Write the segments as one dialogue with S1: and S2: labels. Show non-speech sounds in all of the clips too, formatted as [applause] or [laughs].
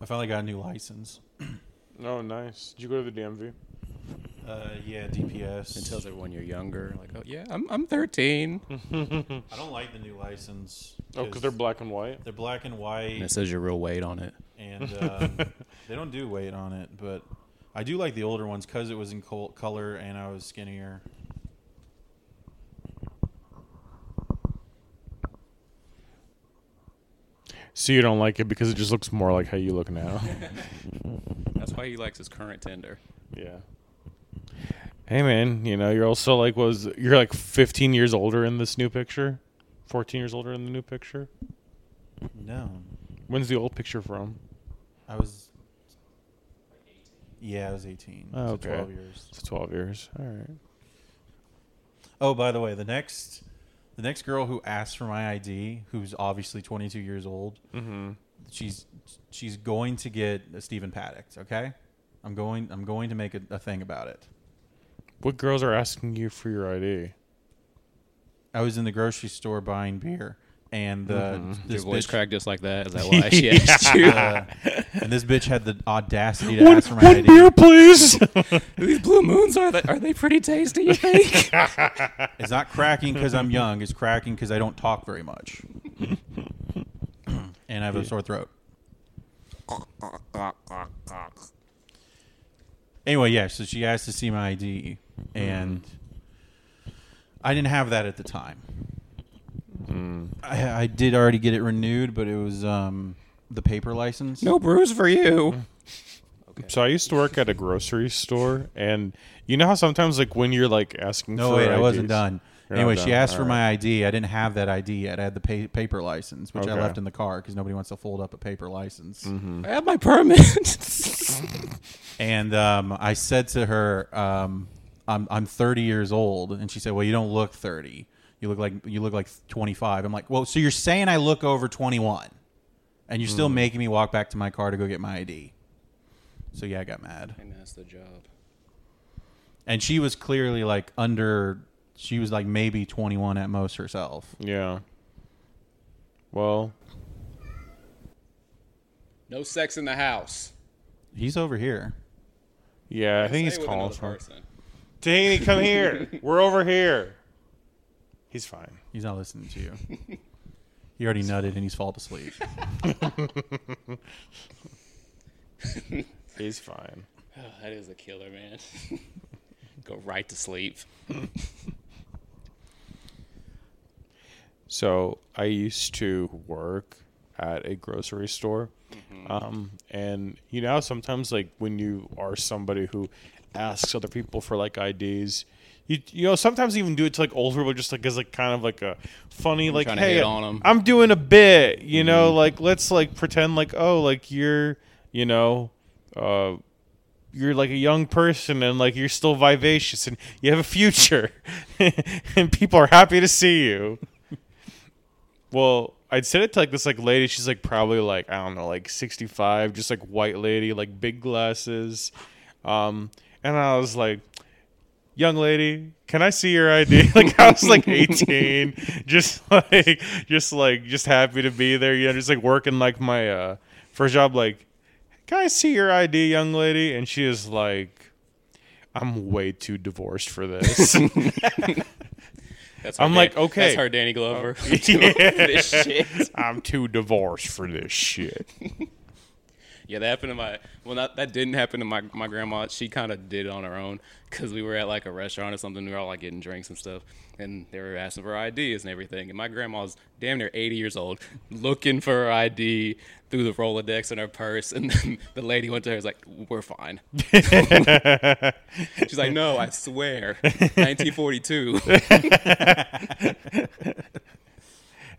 S1: I finally got a new license.
S2: Oh, nice. Did you go to the DMV?
S1: Uh, yeah, DPS.
S3: It tells everyone you're younger. Like, oh yeah, I'm I'm 13. And
S1: I don't like the new license.
S2: Oh, because they're black and white.
S1: they're black and white,
S3: it says your real weight on it.
S1: and um, they don't do weight on it. But I do like the older ones because it was in col- color and I was skinnier.
S2: So you don't like it because it just looks more like how you look now.
S3: [laughs] That's why he likes his current Tinder.
S2: [laughs] yeah. Hey man, you know you're also like was you're like 15 years older in this new picture, 14 years older in the new picture.
S1: No,
S2: When's the old picture from?
S1: I was. Yeah, I was 18.
S2: Oh,
S1: so
S2: okay.
S1: 12 years.
S2: It's 12 years. All right.
S1: Oh, by the way, the next the next girl who asked for my ID, who's obviously 22 years old,
S2: Mm-hmm.
S1: she's she's going to get a Stephen Paddock. Okay, I'm going I'm going to make a, a thing about it.
S2: What girls are asking you for your ID?
S1: I was in the grocery store buying beer, and the
S3: Mm-hmm. Your
S1: this
S3: voice
S1: bitch,
S3: cracked just like that. [laughs] Is that why she asked you?
S1: uh, and this bitch had the audacity to ask for my ID.
S2: [laughs] please.
S3: These blue moons are they, are they pretty tasty? You think?
S1: It's not cracking because I'm young. It's cracking because I don't talk very much, [clears throat] and I have a sore throat. Anyway, yeah. So she asked to see my ID, and I didn't have that at the time. I, I did already get it renewed, but it was um, the paper license.
S3: [laughs] no brews for you.
S2: so I used to work at a grocery store, and you know how sometimes like when you're like asking
S1: No,
S2: for
S1: wait, I wasn't
S2: IDs
S1: done.
S2: You're not
S1: anyway, she
S2: done.
S1: asked
S2: All
S1: for
S2: right.
S1: my ID. I didn't have that ID yet. I had the pa paper license, which I
S2: Okay. Mm-hmm.
S1: left in the car because nobody wants to fold up a paper license.
S3: I have my permit. [laughs]
S1: And um, I said to her, um, "I'm I'm 30 years old," and she said, "Well, you don't look 30. You look like you look like 25." I'm like, "Well, so you're saying I look over 21, and you're
S2: Mm.
S1: still making me walk back to my car to go get my ID." So yeah, I got mad.
S3: and that's the job.
S1: And she was clearly like under. She was like maybe 21 at most herself.
S2: Yeah. Well,
S3: No sex in the house.
S1: He's over here.
S2: yeah, I think
S3: Stay
S2: he's
S3: with
S2: calling
S3: another
S2: for.
S3: person.
S2: Danny, come here. We're over here. He's fine.
S1: He's not listening to you. [laughs] he already nutted and he's fall
S2: [laughs]
S1: asleep.
S2: He's fine.
S3: Oh, that is a killer, man. [laughs] Go right to sleep.
S2: So I used to work at a grocery store,
S3: Mm-hmm.
S2: um, and you know how sometimes like when you are somebody who asks other people for like IDs, you you know sometimes even do it to like old people just like as like kind of like a funny like
S3: trying to
S2: hey
S3: hit on 'em. Mm-hmm.
S2: I'm doing a bit, you know like let's like pretend like oh like you're you know. Uh, you're like a young person and like you're still vivacious and you have a future [laughs] and people are happy to see you well i'd said it to like this like lady she's like probably like i don't know like 65 just like white lady like big glasses um and i was like young lady can i see your id [laughs] like i was like 18 just like just like just happy to be there you know just like working like my uh first job like can I see your ID, young lady? And she is like, I'm way too divorced for this.
S3: That's
S2: I'm
S3: her
S2: like,
S3: Dan-
S2: okay.
S3: That's her Danny Glover. [laughs] this shit.
S2: I'm too divorced for this shit.
S3: Yeah, that happened to my. Well, not, that didn't happen to my my grandma. She kind of did it on her own because we were at like a restaurant or something. We were all like getting drinks and stuff, and they were asking for IDs and everything. And my grandma's damn near 80 years old, looking for her ID through the Rolodex in her purse. And then the lady went to her and was like,
S1: [laughs]
S3: "We're fine." She's like, "No, I swear,
S1: [laughs]
S3: 1942."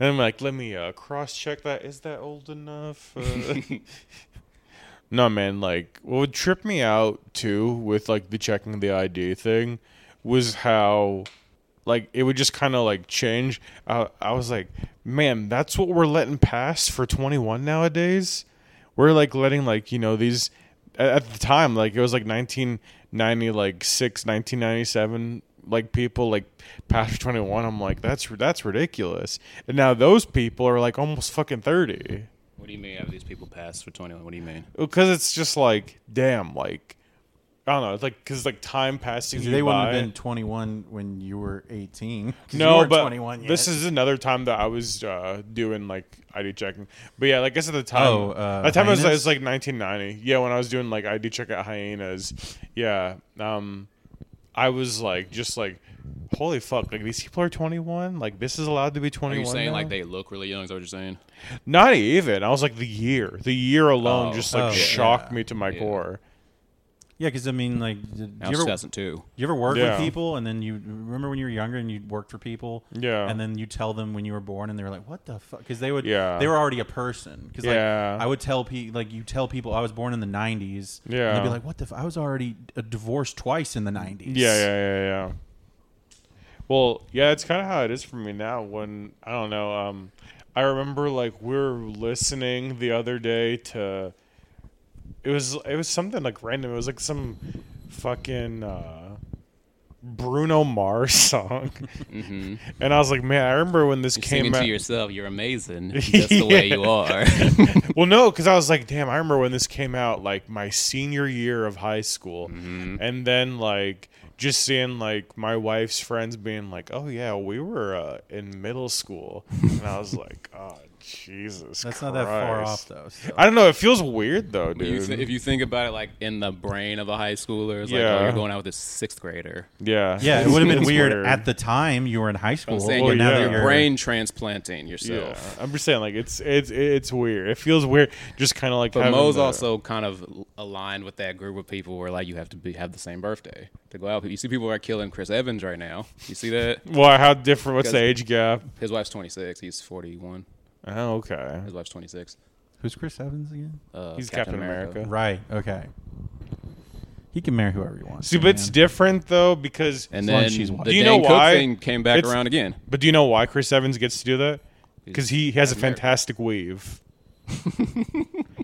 S2: And I'm like, let me uh, cross check that. Is that old enough? [laughs] Uh, no, man. Like, what would trip me out too with like the checking the ID thing was how, like, it would just kind of like change. Uh, I was like, man, that's what we're letting pass for 21 nowadays. We're like letting like you know these at- at the time like it was like 1990 like 6 1997 like people like past 21 i'm like that's that's ridiculous and now those people are like almost fucking 30
S3: What do you mean? Have these people passed for 21? What do you mean?
S2: because it's just like damn, like I don't know. It's like because like time passing. you
S1: They wouldn't have
S2: by.
S1: been 21 when you were 18. [laughs] 'cause you
S2: No,
S1: weren't
S2: but
S1: 21 yet.
S2: this is another time that I was uh, doing like ID checking. But yeah, like I guess at the time,
S1: Oh, uh,
S2: at the time it was, it
S1: Hyenas?
S2: was like 1990. Yeah, when I was doing like ID check at Hyenas, yeah, um, I was like just like, holy fuck, like these people are 21. Like this is allowed to be
S3: Are
S2: 21.
S3: you saying
S2: now?
S3: like they look really young? Is that what you're saying?
S2: Not even. I was like the year, the year alone
S3: Oh,
S2: just like
S1: oh,
S2: shocked
S1: yeah.
S2: me to my
S3: Yeah.
S2: core.
S1: yeah, because I mean, like, did,
S3: Now
S1: you,
S3: it's
S1: ever,
S3: 2002.
S1: you ever work
S2: Yeah.
S1: with people and then you remember when you were younger and you worked for people?
S2: Yeah.
S1: And then you tell them when you were born and they were like, what the fuck? Because they would,
S2: Yeah.
S1: they were already a person. Because,
S2: Yeah.
S1: like, I would tell people, like, you tell people I was born in the 90s. And
S2: Yeah.
S1: they'd be like, what the f-? I was already uh, divorced twice in the 90s.
S2: Yeah, yeah, yeah, yeah. Well, yeah, it's kind of how it is for me now. When I don't know, um, I remember like we were listening the other day to. It was it was something like random. It was like some fucking uh, Bruno Mars [laughs] song,
S3: Mm-hmm.
S2: and I was like, man, I remember when this
S3: You're
S2: came
S3: singing
S2: out.
S3: to yourself.
S2: [laughs]
S3: You're amazing, just the way you are.
S2: well, no, because I was like, damn, I remember when this came out, like my senior year of high school,
S3: Mm-hmm.
S2: and then like just seeing like my wife's friends being like, oh yeah, we were uh, in middle school, and I was like, [laughs] oh Jesus,
S1: That's not that far off,
S2: Christ."
S1: though. so-
S2: I don't know. It feels weird though, dude.
S3: You th- if you think about it, like in the brain of a high schooler, it's like,
S2: Yeah.
S3: oh, you're going out with this sixth grader.
S2: yeah,
S1: Yeah, it would have been
S2: It's
S1: weird, at the time you were in high school.
S3: I'm saying
S2: Well,
S3: you're,
S2: Oh, yeah.
S3: you're
S2: you're-
S3: brain transplanting
S2: yeah,
S3: yourself.
S2: I'm just saying, like it's it's it's weird. It feels weird, just kind of like.
S3: But
S2: having
S3: Mo's
S2: the-
S3: also kind of aligned with that group of people where like you have to be have the same birthday to go out. You see people are killing Chris Evans right now. You
S2: [laughs]
S3: see that?
S2: Well, how different? What's the
S3: Because-
S2: age gap?
S3: His wife's 26. He's 41.
S2: Oh, okay.
S3: His wife's 26.
S1: Who's Chris Evans again?
S3: Uh,
S2: He's Captain America.
S1: Right. Okay. He can marry whoever he wants.
S2: See, but it's
S1: man.
S2: different though because
S3: And
S1: long
S3: then
S1: as she's white.
S3: the
S2: Do you
S3: Dane
S2: know
S3: Cook
S2: why?
S3: thing came back
S2: It's-
S3: around again.
S2: But do you know why Chris Evans gets to do that? Because he has a
S3: Captain America.
S1: [laughs]
S2: fantastic weave.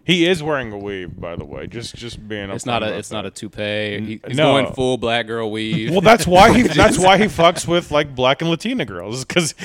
S2: he is wearing a weave, by the way. Just just being.
S3: It's not
S2: upfront
S3: a
S2: about
S3: it's
S2: that.
S3: not a toupee. He- he's
S2: no.
S3: going full black girl weave. [laughs]
S2: Well, that's why he that's why he fucks with like black and Latina girls because.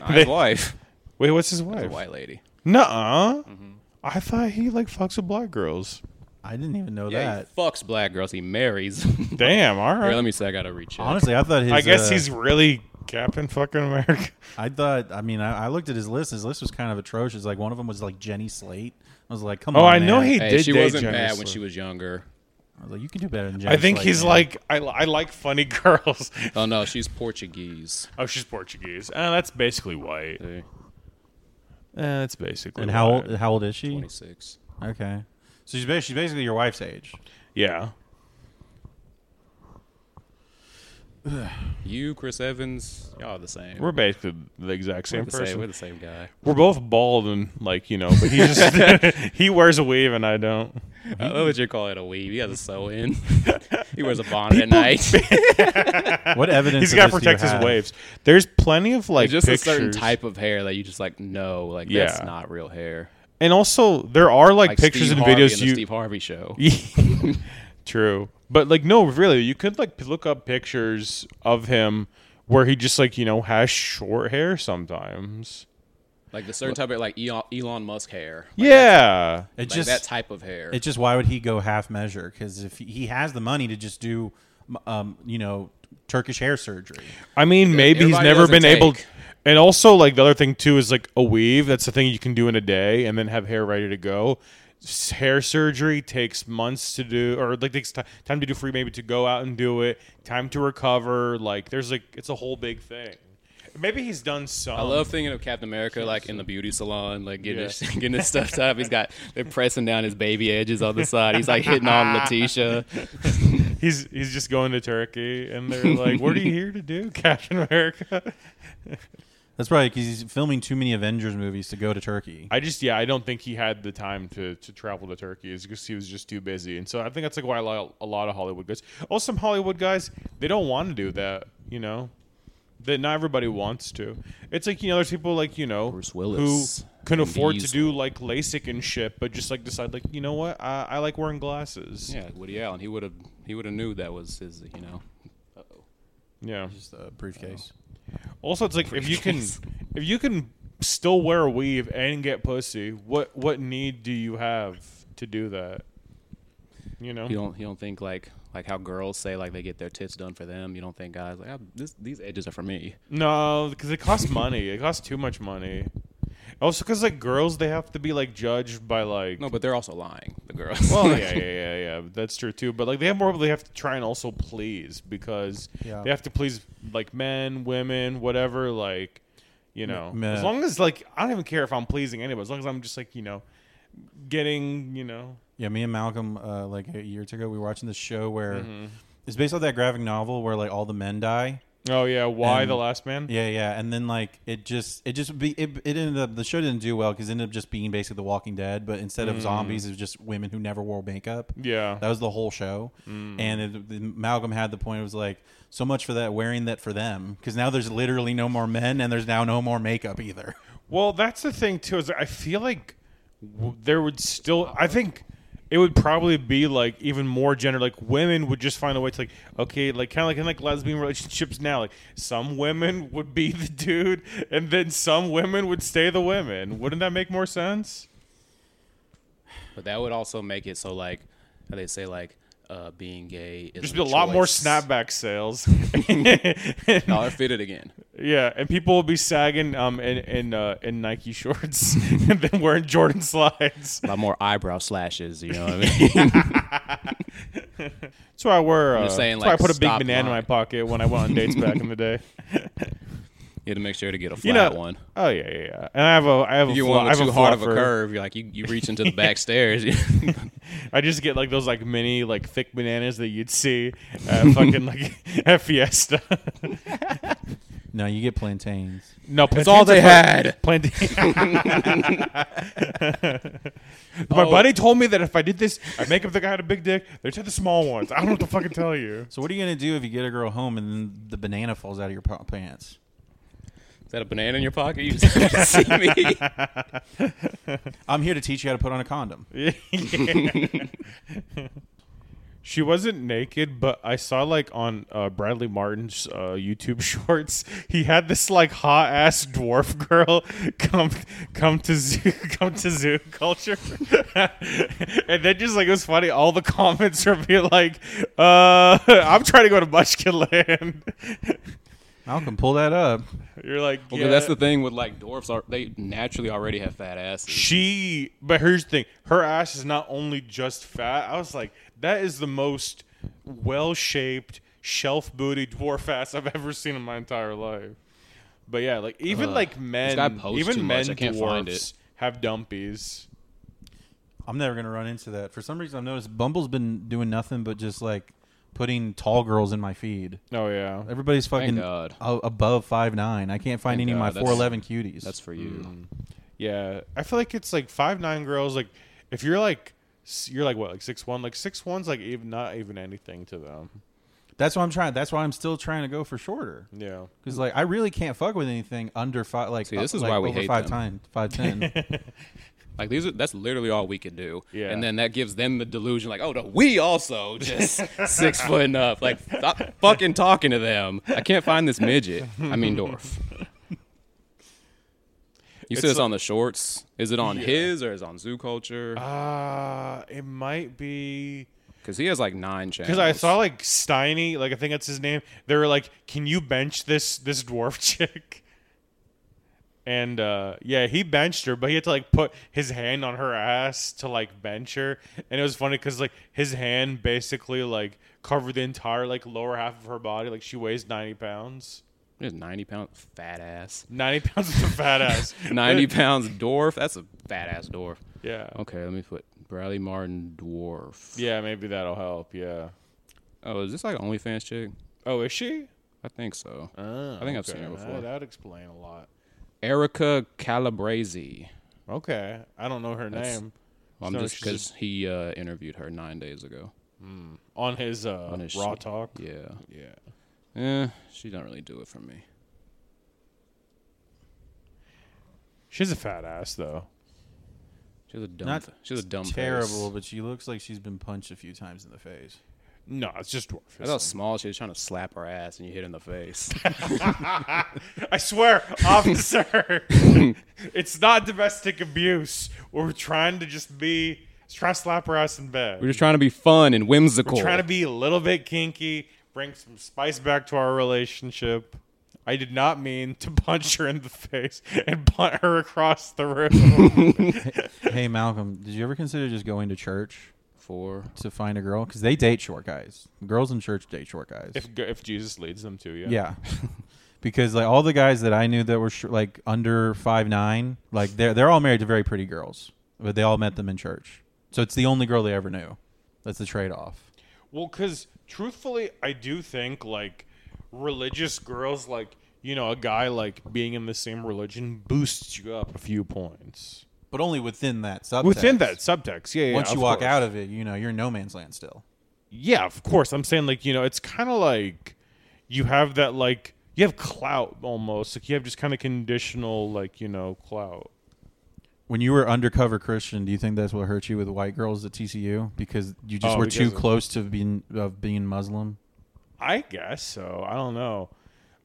S3: Not
S2: [laughs]
S3: his wife.
S2: Wait, what's his
S3: It's a
S2: wife?
S3: white lady.
S2: Nuh-uh.
S1: Mm-hmm.
S2: I thought he like fucks with black girls.
S1: I didn't even know
S3: Yeah,
S1: that.
S3: he fucks black girls. He marries. [laughs]
S2: Damn. All
S3: Here,
S2: right.
S3: let me say I gotta reach out.
S1: Honestly, I thought his.
S2: I guess
S1: uh,
S2: he's really Captain fucking America.
S1: I thought. I mean, I, I looked at his list. His list was kind of atrocious. Like one of them was like Jenny Slate. I was like, come
S2: Oh,
S1: on.
S2: I know
S1: man.
S2: he
S3: Hey,
S2: did.
S3: she
S2: date
S3: wasn't
S2: Jenny
S3: bad when
S2: Slate.
S3: she was younger.
S1: I was like, you can do better than Jenny.
S2: I think
S1: Slate,
S2: he's
S1: man."
S2: like I, I like funny [laughs] girls.
S3: Oh no, she's Portuguese.
S2: Oh, she's Portuguese. Uh, that's basically white. Uh,
S3: See? Uh,
S2: that's basically.
S1: And how
S2: white.
S1: old? How old is she?
S3: 26.
S1: Okay. So she's basically, she's basically your wife's
S2: [laughs]
S1: age.
S2: Yeah.
S3: You, Chris Evans, y'all are the same.
S2: We're basically the exact same
S3: We're the same,
S2: person.
S3: we're the same
S2: [laughs]
S3: guy.
S2: We're both bald and like you know, but he
S3: [laughs]
S2: just [laughs] he wears a weave and I don't.
S3: Uh, what would you call it? A weave? He has a sew in. [laughs] he wears a bonnet at night.
S1: What evidence?
S2: He's
S1: of
S2: got to
S1: this do you
S2: protect his
S1: have?
S2: waves. There's plenty of like
S3: It's [laughs] just
S2: pictures.
S3: a certain type of hair that you just like no, like
S2: Yeah.
S3: that's not real hair.
S2: and also there are like,
S3: Like
S2: pictures
S3: Steve
S2: and
S3: Harvey
S2: videos
S3: in the
S2: you.
S3: Steve Harvey show.
S2: [laughs] True, but like no, really, you could like p- look up pictures of him where he just like you know has short hair sometimes.
S3: Like the certain type of like Elon, Elon Musk hair. Like,
S2: yeah,
S1: It
S3: like
S1: just
S3: that type of hair.
S1: It's just why would he go half measure? Because if he- he has the money to just do, um, you know, Turkish hair surgery.
S2: I mean, maybe he's
S3: everybody
S2: never
S3: doesn't
S2: been able.
S3: take.
S2: And also, like the other thing too is like a weave. That's the thing you can do in a day, and then have hair ready to go. S- Hair surgery takes months to do, or like takes ti- time to do free, maybe to go out and do it, time to recover. Like there's like it's a whole big thing. Maybe he's done some.
S3: I love thinking of Captain America like in the beauty salon, like getting
S2: Yeah.
S3: his, [laughs] getting his stuff up. He's got they're pressing down his baby
S2: [laughs]
S3: edges on the side. He's like hitting on Letitia.
S2: He's he's just going to Turkey, and they're like, "What are you here to do, [laughs] Captain America?"
S1: That's probably because he's filming too many Avengers movies to go to Turkey.
S2: I just yeah, I don't think he had the time to to travel to Turkey. It's because he was just too busy, and so I think that's like why a lot, a lot of Hollywood guys, oh some Hollywood guys, they don't want to do that. You know, that not everybody wants to. It's like you know, there's people like you know
S3: Bruce Willis,
S2: who can
S3: Vin
S2: afford to
S3: Diesel.
S2: do like LASIK and shit, but just like decide like you know what, I, I like wearing glasses.
S3: Yeah, Woody Allen. He would have he would have knew that was his. You know.
S2: yeah.
S1: Just a briefcase.
S2: Also, it's like if you can if you can still wear a weave and get pussy, what what need do you have to do that? You know,
S3: You don't you don't think like like how girls say like they get their tits done for them. You don't think guys like I, this, these edges are for me.
S2: no, because it costs money. It costs too much money. Also, because like girls, they have to be like judged by like.
S3: No, but they're also lying. The girls.
S2: well,
S3: [laughs]
S2: yeah, yeah, yeah, yeah. That's true too. But like, they have more. They have to try and also please because
S1: Yeah.
S2: they have to please like men, women, whatever. Like, you know,
S1: men.
S2: as long as like I don't even care if I'm pleasing anybody. As long as I'm just like you know, getting you know.
S1: Yeah, me and Malcolm, uh, like a year or two ago, we were watching this show where it's based off that graphic novel where like all the men die.
S2: Oh yeah, why
S1: And-
S2: the last man?
S1: Yeah, yeah, and then like it just it just be it, it ended up the show didn't do well because it ended up just being basically The Walking Dead, but instead of zombies, it was just women who never wore makeup.
S2: Yeah.
S1: That was the whole show,
S3: Mm.
S1: and it, the- Malcolm had the point. It was like so much for that wearing that for them because now there's literally no more men and there's now no more makeup either.
S2: Well, that's the thing too. Is I feel like w- there would still. I think it would probably be like even more gender. Like women would just find a way to like okay, like kind of like in like lesbian relationships now. Like some women [laughs] would be the dude, and then some women would stay the women. Wouldn't that make more sense?
S3: But that would also make it so like how they say like uh, being gay is
S2: Just be a lot more
S3: choice.
S2: snapback sales.
S3: [laughs] No, I fit it again.
S2: [laughs] yeah, and people will be sagging um in in uh, in Nike [laughs] shorts and then wearing Jordan slides. [laughs]
S3: A lot more eyebrow slashes. You know what I mean?
S2: That's why I wear. Uh,
S3: just saying,
S2: that's why I
S3: like,
S2: put a big
S3: stop
S2: banana in my
S3: lying.
S2: pocket when I went on dates back in the
S3: [laughs]
S2: day.
S3: you had to make sure to get a flat
S2: You know,
S3: one.
S2: Oh yeah, yeah, yeah. And I have a, I have a,
S3: You
S2: fla- I
S3: want
S2: have
S3: too
S2: a
S3: hard of a
S2: fluffer.
S3: curve. You're like you, you reach into the back stairs. [laughs]
S2: I just get like those like mini like thick bananas that you'd see at
S3: [laughs]
S2: fucking like at Fiesta.
S1: [laughs] No, you get plantains.
S2: no, that's
S3: all they had.
S2: Plantain.
S3: [laughs]
S2: My
S3: Oh.
S2: buddy told me that if I did this, I make up the guy had a big dick. They took the small ones. I don't know what to fucking tell you.
S1: So what are you gonna do if you get a girl home and then the banana falls out of your pa- pants?
S3: Is that a banana in your pocket? You [laughs] just see me.
S1: I'm here to teach you how to put on a condom.
S2: She wasn't naked, but I saw like on uh, Bradley Martin's uh, YouTube [laughs] shorts, he had this like hot ass dwarf girl come come to zoo [laughs] come to zoo culture, [laughs] and then just like it was funny. All the comments were being like, uh, [laughs] "I'm trying to go to Munchkin Land." [laughs]
S1: Malcolm, pull that up.
S2: You're like,
S3: Well,
S2: yeah.
S3: 'cause that's the thing with like dwarfs are they naturally already have fat asses.
S2: she but here's the thing her ass is not only just fat i was like that is the most well-shaped shelf booty dwarf ass i've ever seen in my entire life but yeah like even
S3: Ugh.
S2: like
S3: This guy
S2: men
S3: posts too
S2: even men
S3: much. I can't
S2: dwarfs
S3: find it.
S2: have dumpies
S1: I'm never gonna run into that. For some reason, I've noticed Bumble's been doing nothing but just like putting tall girls in my feed.
S2: oh yeah
S1: Everybody's fucking
S3: God.
S1: a- above five nine. I can't find
S3: Thank
S1: any of
S3: God,
S1: my
S3: that's-
S1: four eleven cuties.
S3: That's for you.
S2: yeah i feel like it's like five nine girls like if you're like s- you're like what like six one like six one's like even not even anything to them
S1: that's why I'm trying. That's why I'm still trying to go for shorter.
S2: yeah
S1: Because like I really can't fuck with anything under five. Like
S3: See, this
S1: up-
S3: is
S1: like,
S3: why we
S1: over
S3: hate
S1: five
S3: them. [laughs]
S1: five ten.
S3: Like these are that's literally all we can do.
S2: Yeah.
S3: And then that gives them the delusion, like, oh no, we also
S2: [laughs]
S3: [laughs] just six foot and up. Like stop fucking talking to them. I can't find this midget.
S2: [laughs]
S3: I mean dwarf. You said it's on the shorts. Is it on his or is it on Zoo Culture?
S2: uh it might be
S3: Because he has like nine channels.
S2: Because I saw like Steiny, like I think that's his name. They were like, "Can you bench this this dwarf [laughs] chick?" And uh, yeah, he benched her, but he had to like put his hand on her ass to like bench her, and it was funny because like his hand basically like covered the entire like lower half of her body. Like she weighs ninety pounds,
S3: He has ninety pound
S2: [laughs]
S3: fat ass.
S2: ninety pounds is a fat
S3: [laughs]
S2: ass.
S3: Ninety pounds dwarf. That's a fat ass dwarf.
S2: yeah,
S3: Okay, let me put Bradley Martin dwarf.
S2: yeah, maybe that'll help. Yeah.
S3: Oh, is this like an OnlyFans chick?
S2: Oh, is she?
S3: I think so.
S2: Oh,
S3: think I've seen her before.
S2: That would explain a lot.
S3: Erica Calabrese.
S2: Okay, I don't know her
S3: That's-
S2: name.
S3: Well, I'm
S2: So
S3: just
S2: she's just-
S3: because he uh, interviewed her nine days ago.
S2: on his uh
S3: On his
S2: raw
S3: shit.
S2: talk.
S3: Yeah.
S2: Yeah.
S3: Eh, she do not really do it for me.
S2: She's a fat ass though.
S3: She's a dumb.
S1: Not
S3: She's a dumb. face.
S1: terrible, but she looks like she's been punched a few times in the face.
S2: No, it's just dwarfism.
S3: That's how small she was trying to slap her ass and you hit her in the face.
S2: [laughs] I swear, officer, [laughs] it's not domestic abuse. We're trying to just be trying to slap her ass in bed.
S3: [laughs] We're just trying to be fun and whimsical.
S2: trying to be a little bit kinky, bring some spice back to our relationship. I did not mean to punch her in the face and punt her across the
S3: [laughs]
S2: room.
S1: hey, Malcolm, did you ever consider just going to church
S3: for
S1: to find a girl? Because they date short guys. Girls in church date short guys.
S2: if if Jesus leads them to, yeah.
S1: [laughs] yeah. Because like all the guys that I knew that were sh- like under five nine, like they're they're all married to very pretty girls, but they all met them in church. So it's the only girl they ever knew. That's the trade off.
S2: Well, because truthfully, I do think like religious girls, like you know, a guy like being in the same religion boosts you up a few points
S1: But only within that subtext.
S2: within that subtext. Yeah, yeah.
S1: Once you
S2: of
S1: walk
S2: course.
S1: out of it, you know you're in no man's land still.
S2: yeah, of course. I'm saying like you know, it's kind of like you have that like you have clout almost like you have just kind of conditional like you know clout.
S1: When you were undercover Christian, do you think that's what hurt you with white girls at TCU because you just
S2: Oh,
S1: were
S2: because
S1: too
S2: of-
S1: close to being of being Muslim?
S2: I guess so. I don't know.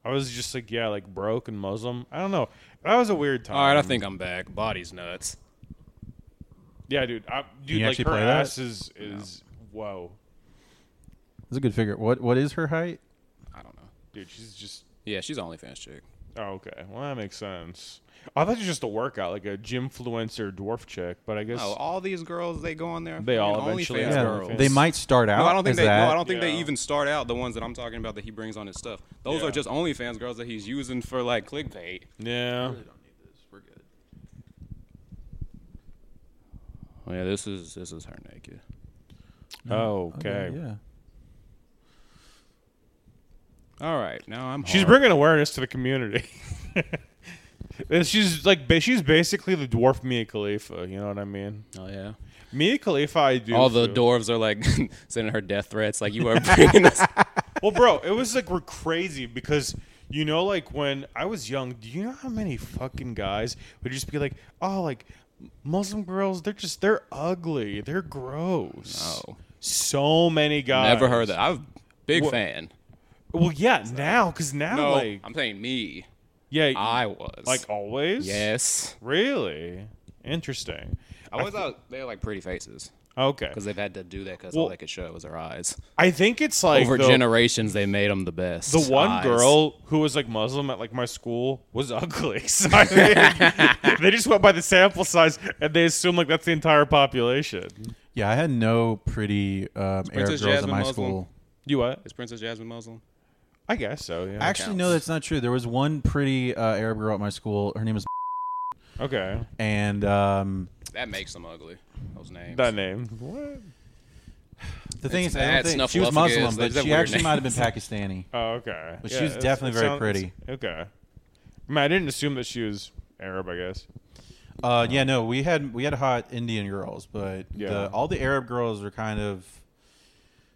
S2: I was just like yeah, like broke and Muslim. I don't know. That was a weird time.
S3: All right, I think I'm back. Body's nuts.
S2: Yeah, dude. I, dude,
S1: you
S2: like
S1: actually
S2: her
S1: play that?
S2: ass is is whoa,
S1: That's a good figure. What what is her height?
S3: I don't know.
S2: dude. She's just
S3: Yeah, she's an OnlyFans chick.
S2: oh, okay. Well, that makes sense. I thought it was just a workout, like a gym influencer dwarf chick, but I guess
S3: Oh, all these girls they go on there.
S2: They all
S3: fucking
S2: eventually
S3: OnlyFans
S2: have
S1: Yeah,
S3: girls.
S2: OnlyFans.
S1: they might start out.
S3: No, I don't think
S1: as
S3: they.
S1: that.
S3: No, I don't think they
S2: Yeah.
S3: even start out the ones that I'm talking about that he brings on his stuff. Those
S2: Yeah.
S3: are just OnlyFans girls that he's using for like clickbait.
S2: yeah.
S1: We're good.
S3: Oh, yeah, this is this is her naked.
S2: Oh, okay.
S1: Mm, yeah.
S3: All right, now I'm.
S2: She's
S3: hard.
S2: bringing awareness to the community. [laughs] and she's like, ba- she's basically the dwarf Mia Khalifa. You know what I mean?
S3: Oh yeah.
S2: Mia Khalifa, I do.
S3: All the
S2: feel-
S3: dwarves are like [laughs] sending her death threats. Like you are bringing [laughs] us.
S2: Well, bro, it was like we're crazy because you know, like when I was young, do you know how many fucking guys would just be like, "Oh, like Muslim girls, they're just they're ugly, they're gross."
S3: No.
S2: so many guys.
S3: Oh. Never heard that. I'm a big
S2: What-
S3: fan.
S2: Well, yeah, now because now
S3: No,
S2: like
S3: I'm saying me.
S2: yeah,
S3: I was
S2: like always.
S3: yes.
S2: really interesting.
S3: I was out. They are like pretty faces [laughs]
S2: Okay,
S3: because they've had to do that because all
S2: Well-
S3: they could show was their eyes.
S2: I think it's like
S3: Over
S2: the-
S3: generations, they made them the best.
S2: The one
S3: eyes.
S2: girl who was like Muslim at like my school was ugly. [laughs] So I think they just went by the sample size and they assume like that's the entire population.
S1: Yeah, I had no pretty um, Arab girls
S3: Princess
S1: in
S3: Jasmine
S1: my
S3: Muslim?
S1: school.
S2: You what?
S3: is Princess Jasmine Muslim.
S2: I guess so. Yeah.
S1: Actually, no,
S3: counts.
S1: that's not true. There was one pretty uh, Arab girl at my school. Her name was,
S2: okay.
S1: and um,
S3: That makes them ugly. Those names.
S2: That name. What?
S1: the thing
S3: It's
S1: is, I
S3: bad.
S1: don't think she was
S3: Snuffleupagus.
S1: Muslim,
S3: They
S1: but
S3: just have
S1: she
S3: weird
S1: actually
S3: names.
S1: might have been
S3: [laughs]
S1: Pakistani.
S2: Oh, okay.
S1: But she was
S2: it's-
S1: definitely
S2: it
S1: very pretty.
S2: Okay. I mean, I didn't assume that she was Arab. I guess.
S1: Uh, yeah, no, we had we had hot Indian girls, but
S2: Yeah.
S1: the, all the Arab girls were kind of.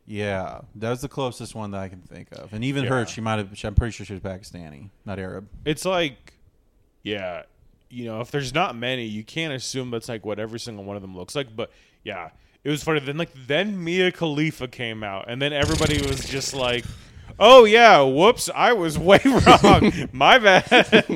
S1: Yeah, that was the closest one that I can think of, and even
S2: Yeah.
S1: her, she might have. She, I'm pretty sure she was Pakistani, not Arab.
S2: It's like, yeah, you know, if there's not many, you can't assume that's like what every single one of them looks like. But yeah, it was funny. Then like then Mia Khalifa came out, and then everybody was just like, "Oh yeah, whoops, I was way [laughs] wrong, my bad." [laughs]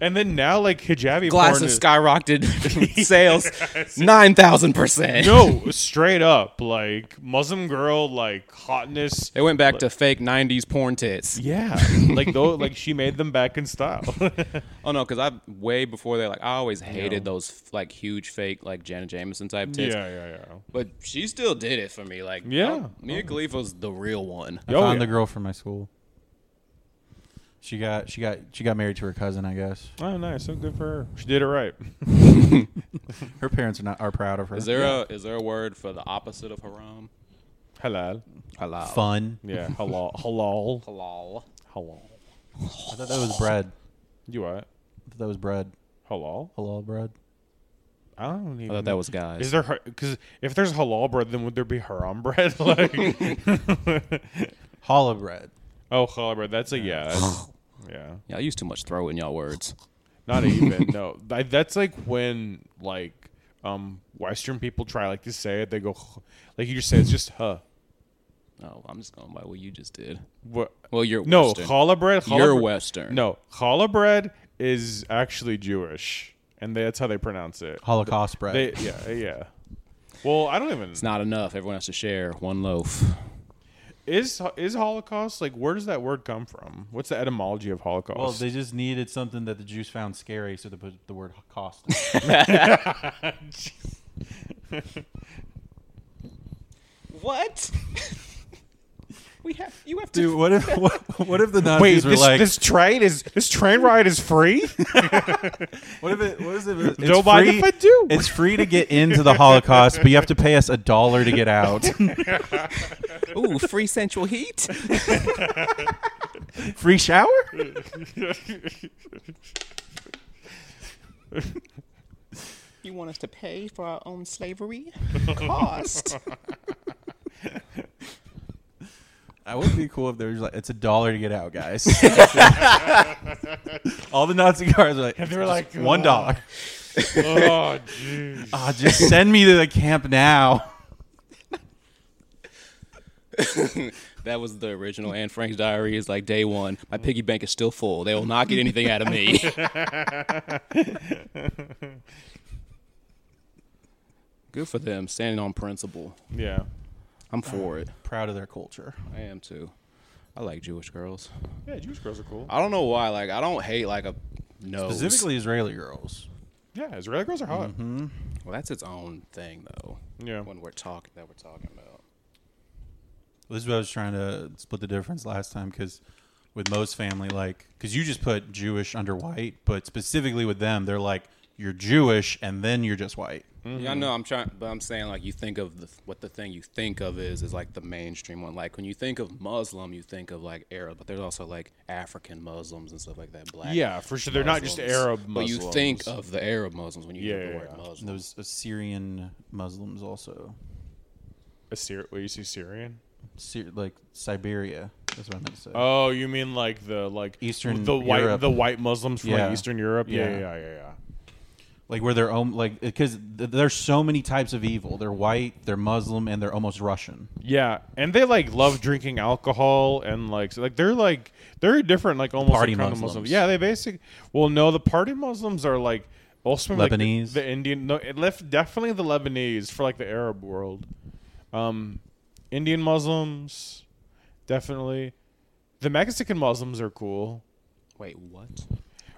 S2: and then now like hijabi
S3: Glass
S2: porn
S3: of
S2: is-
S3: [laughs] skyrocketed sales nine thousand percent.
S2: no, straight up like Muslim girl like hotness.
S3: They went back to fake '90s porn tits.
S2: Yeah, like though, like she made them back in style. [laughs]
S3: Oh no, because I way before that, like I always hated those like huge fake like Janet Jameson type
S2: yeah,
S3: tits.
S2: yeah, yeah.
S3: But she still did it for me. Like
S2: Yeah.
S3: I- Mia Khalifa's the real one.
S1: I
S2: Oh,
S1: found
S2: yeah.
S1: the girl from my school. She got she got she got married to her cousin, I guess.
S2: Oh, nice. So good for her. She did it right.
S1: Her parents are not are proud of her.
S3: Is there a is there a word for the opposite of haram?
S2: Halal.
S3: Halal.
S1: fun?
S3: [laughs]
S2: Yeah. Halal. Halal.
S3: Halal.
S2: Halal.
S1: I thought that was bread.
S2: You what?
S1: I thought that was bread.
S2: Halal?
S1: Halal bread.
S2: I don't even.
S3: I thought that was guys.
S2: Is there because if there's halal bread, then would there be haram bread? [laughs] like,
S1: Challah bread.
S2: oh, halal bread. That's a yeah. that's- yeah.
S3: Y'all use too much throw in y'all words.
S2: Not even. No. Th- that's like when like um Western people try like to say it. They go "Huh." like you just say it's just huh.
S3: Oh, I'm just going by what you just did.
S2: What?
S3: Well, you're
S2: No,
S3: Western.
S2: challah bread. challah
S3: You're
S2: bre-
S3: Western.
S2: No, challah bread is actually Jewish, and that's how they pronounce it.
S1: Holocaust bread.
S2: They, yeah, yeah. Well, I don't even.
S3: it's not enough. Everyone has to share one loaf.
S2: Is is Holocaust like? Where does that word come from? What's the etymology of Holocaust?
S1: well, they just needed something that the Jews found scary, so they put the word cost. in.
S3: What? [laughs] we have you have to.
S1: Dude,
S3: [laughs]
S1: what if [laughs] what, what if the Nazis
S2: Wait,
S1: were
S2: this,
S1: like,
S2: this train is this train ride
S1: [laughs]
S2: is free?
S1: what if it, what is it? It's
S2: Don't mind if I do.
S1: It's free to get into the Holocaust, but you have to pay us a dollar to get
S2: [laughs]
S1: out.
S3: Ooh, free central [laughs] heat.
S1: free shower?
S3: You want us to pay for our own slavery? Cost.
S1: That would be cool if there was like, it's a dollar to get out,
S2: [laughs]
S1: guys. All the Nazi cars are like,
S2: they were
S1: "Just
S2: like,
S1: one
S2: "Oh."
S1: dollar.
S2: [laughs] oh, jeez.
S1: Ah, just send me to the camp now.
S3: that was the original Anne Frank's diary. Is like day one. My piggy bank is still full. They will not get anything out of [laughs] me. Good for them, standing on principle.
S2: Yeah.
S3: I'm for it.
S1: Proud of their culture.
S3: I am too. I like Jewish girls.
S2: Yeah, Jewish girls are cool.
S3: I don't know why. Like I don't hate like a no.
S1: Specifically, Israeli girls.
S2: Yeah, Israeli girls are hot.
S3: Well, that's its own thing though.
S2: Yeah.
S3: When we're talking, that we're talking about.
S1: This is what I was trying to split the difference last time because with most family, like, because you just put Jewish under white, but specifically with them, they're like, you're Jewish and then you're just white.
S2: Mm-hmm.
S3: Yeah, I know. I'm trying, but I'm saying like you think of the, what the thing you think of is is like the mainstream one. Like when you think of Muslim, you think of like Arab, but there's also like African Muslims and stuff like that. Black.
S2: Yeah, for sure. They're not just
S3: Muslims.
S2: Arab
S3: But you think
S2: Muslims.
S3: of the Arab Muslims when you hear
S2: Yeah,
S3: the
S2: yeah,
S3: word
S2: yeah.
S1: And
S3: Muslim.
S1: those Assyrian Muslims also.
S2: Assyrian. Wait, you see Syrian?
S1: Syr- like Siberia. That's what I meant to say.
S2: Oh, you mean like the like
S1: Eastern
S2: the white
S1: Europe.
S2: the white Muslims from
S1: Yeah.
S2: like Eastern Europe? Yeah,
S1: Yeah.
S2: yeah, yeah, yeah. yeah.
S1: like where they're om- like because th- there's so many types of evil. They're white, they're Muslim, and they're almost Russian.
S2: Yeah, and they like love drinking alcohol and like so, like they're like they're different like almost
S1: party
S2: like, kind Of
S1: Muslims.
S2: Muslim. Yeah, they basically well no the party Muslims are like also like, the-
S1: Lebanese?
S2: the Indian no it left definitely the Lebanese for like the Arab world, um, Indian Muslims definitely the Mexican Muslims are cool.
S3: Wait, what?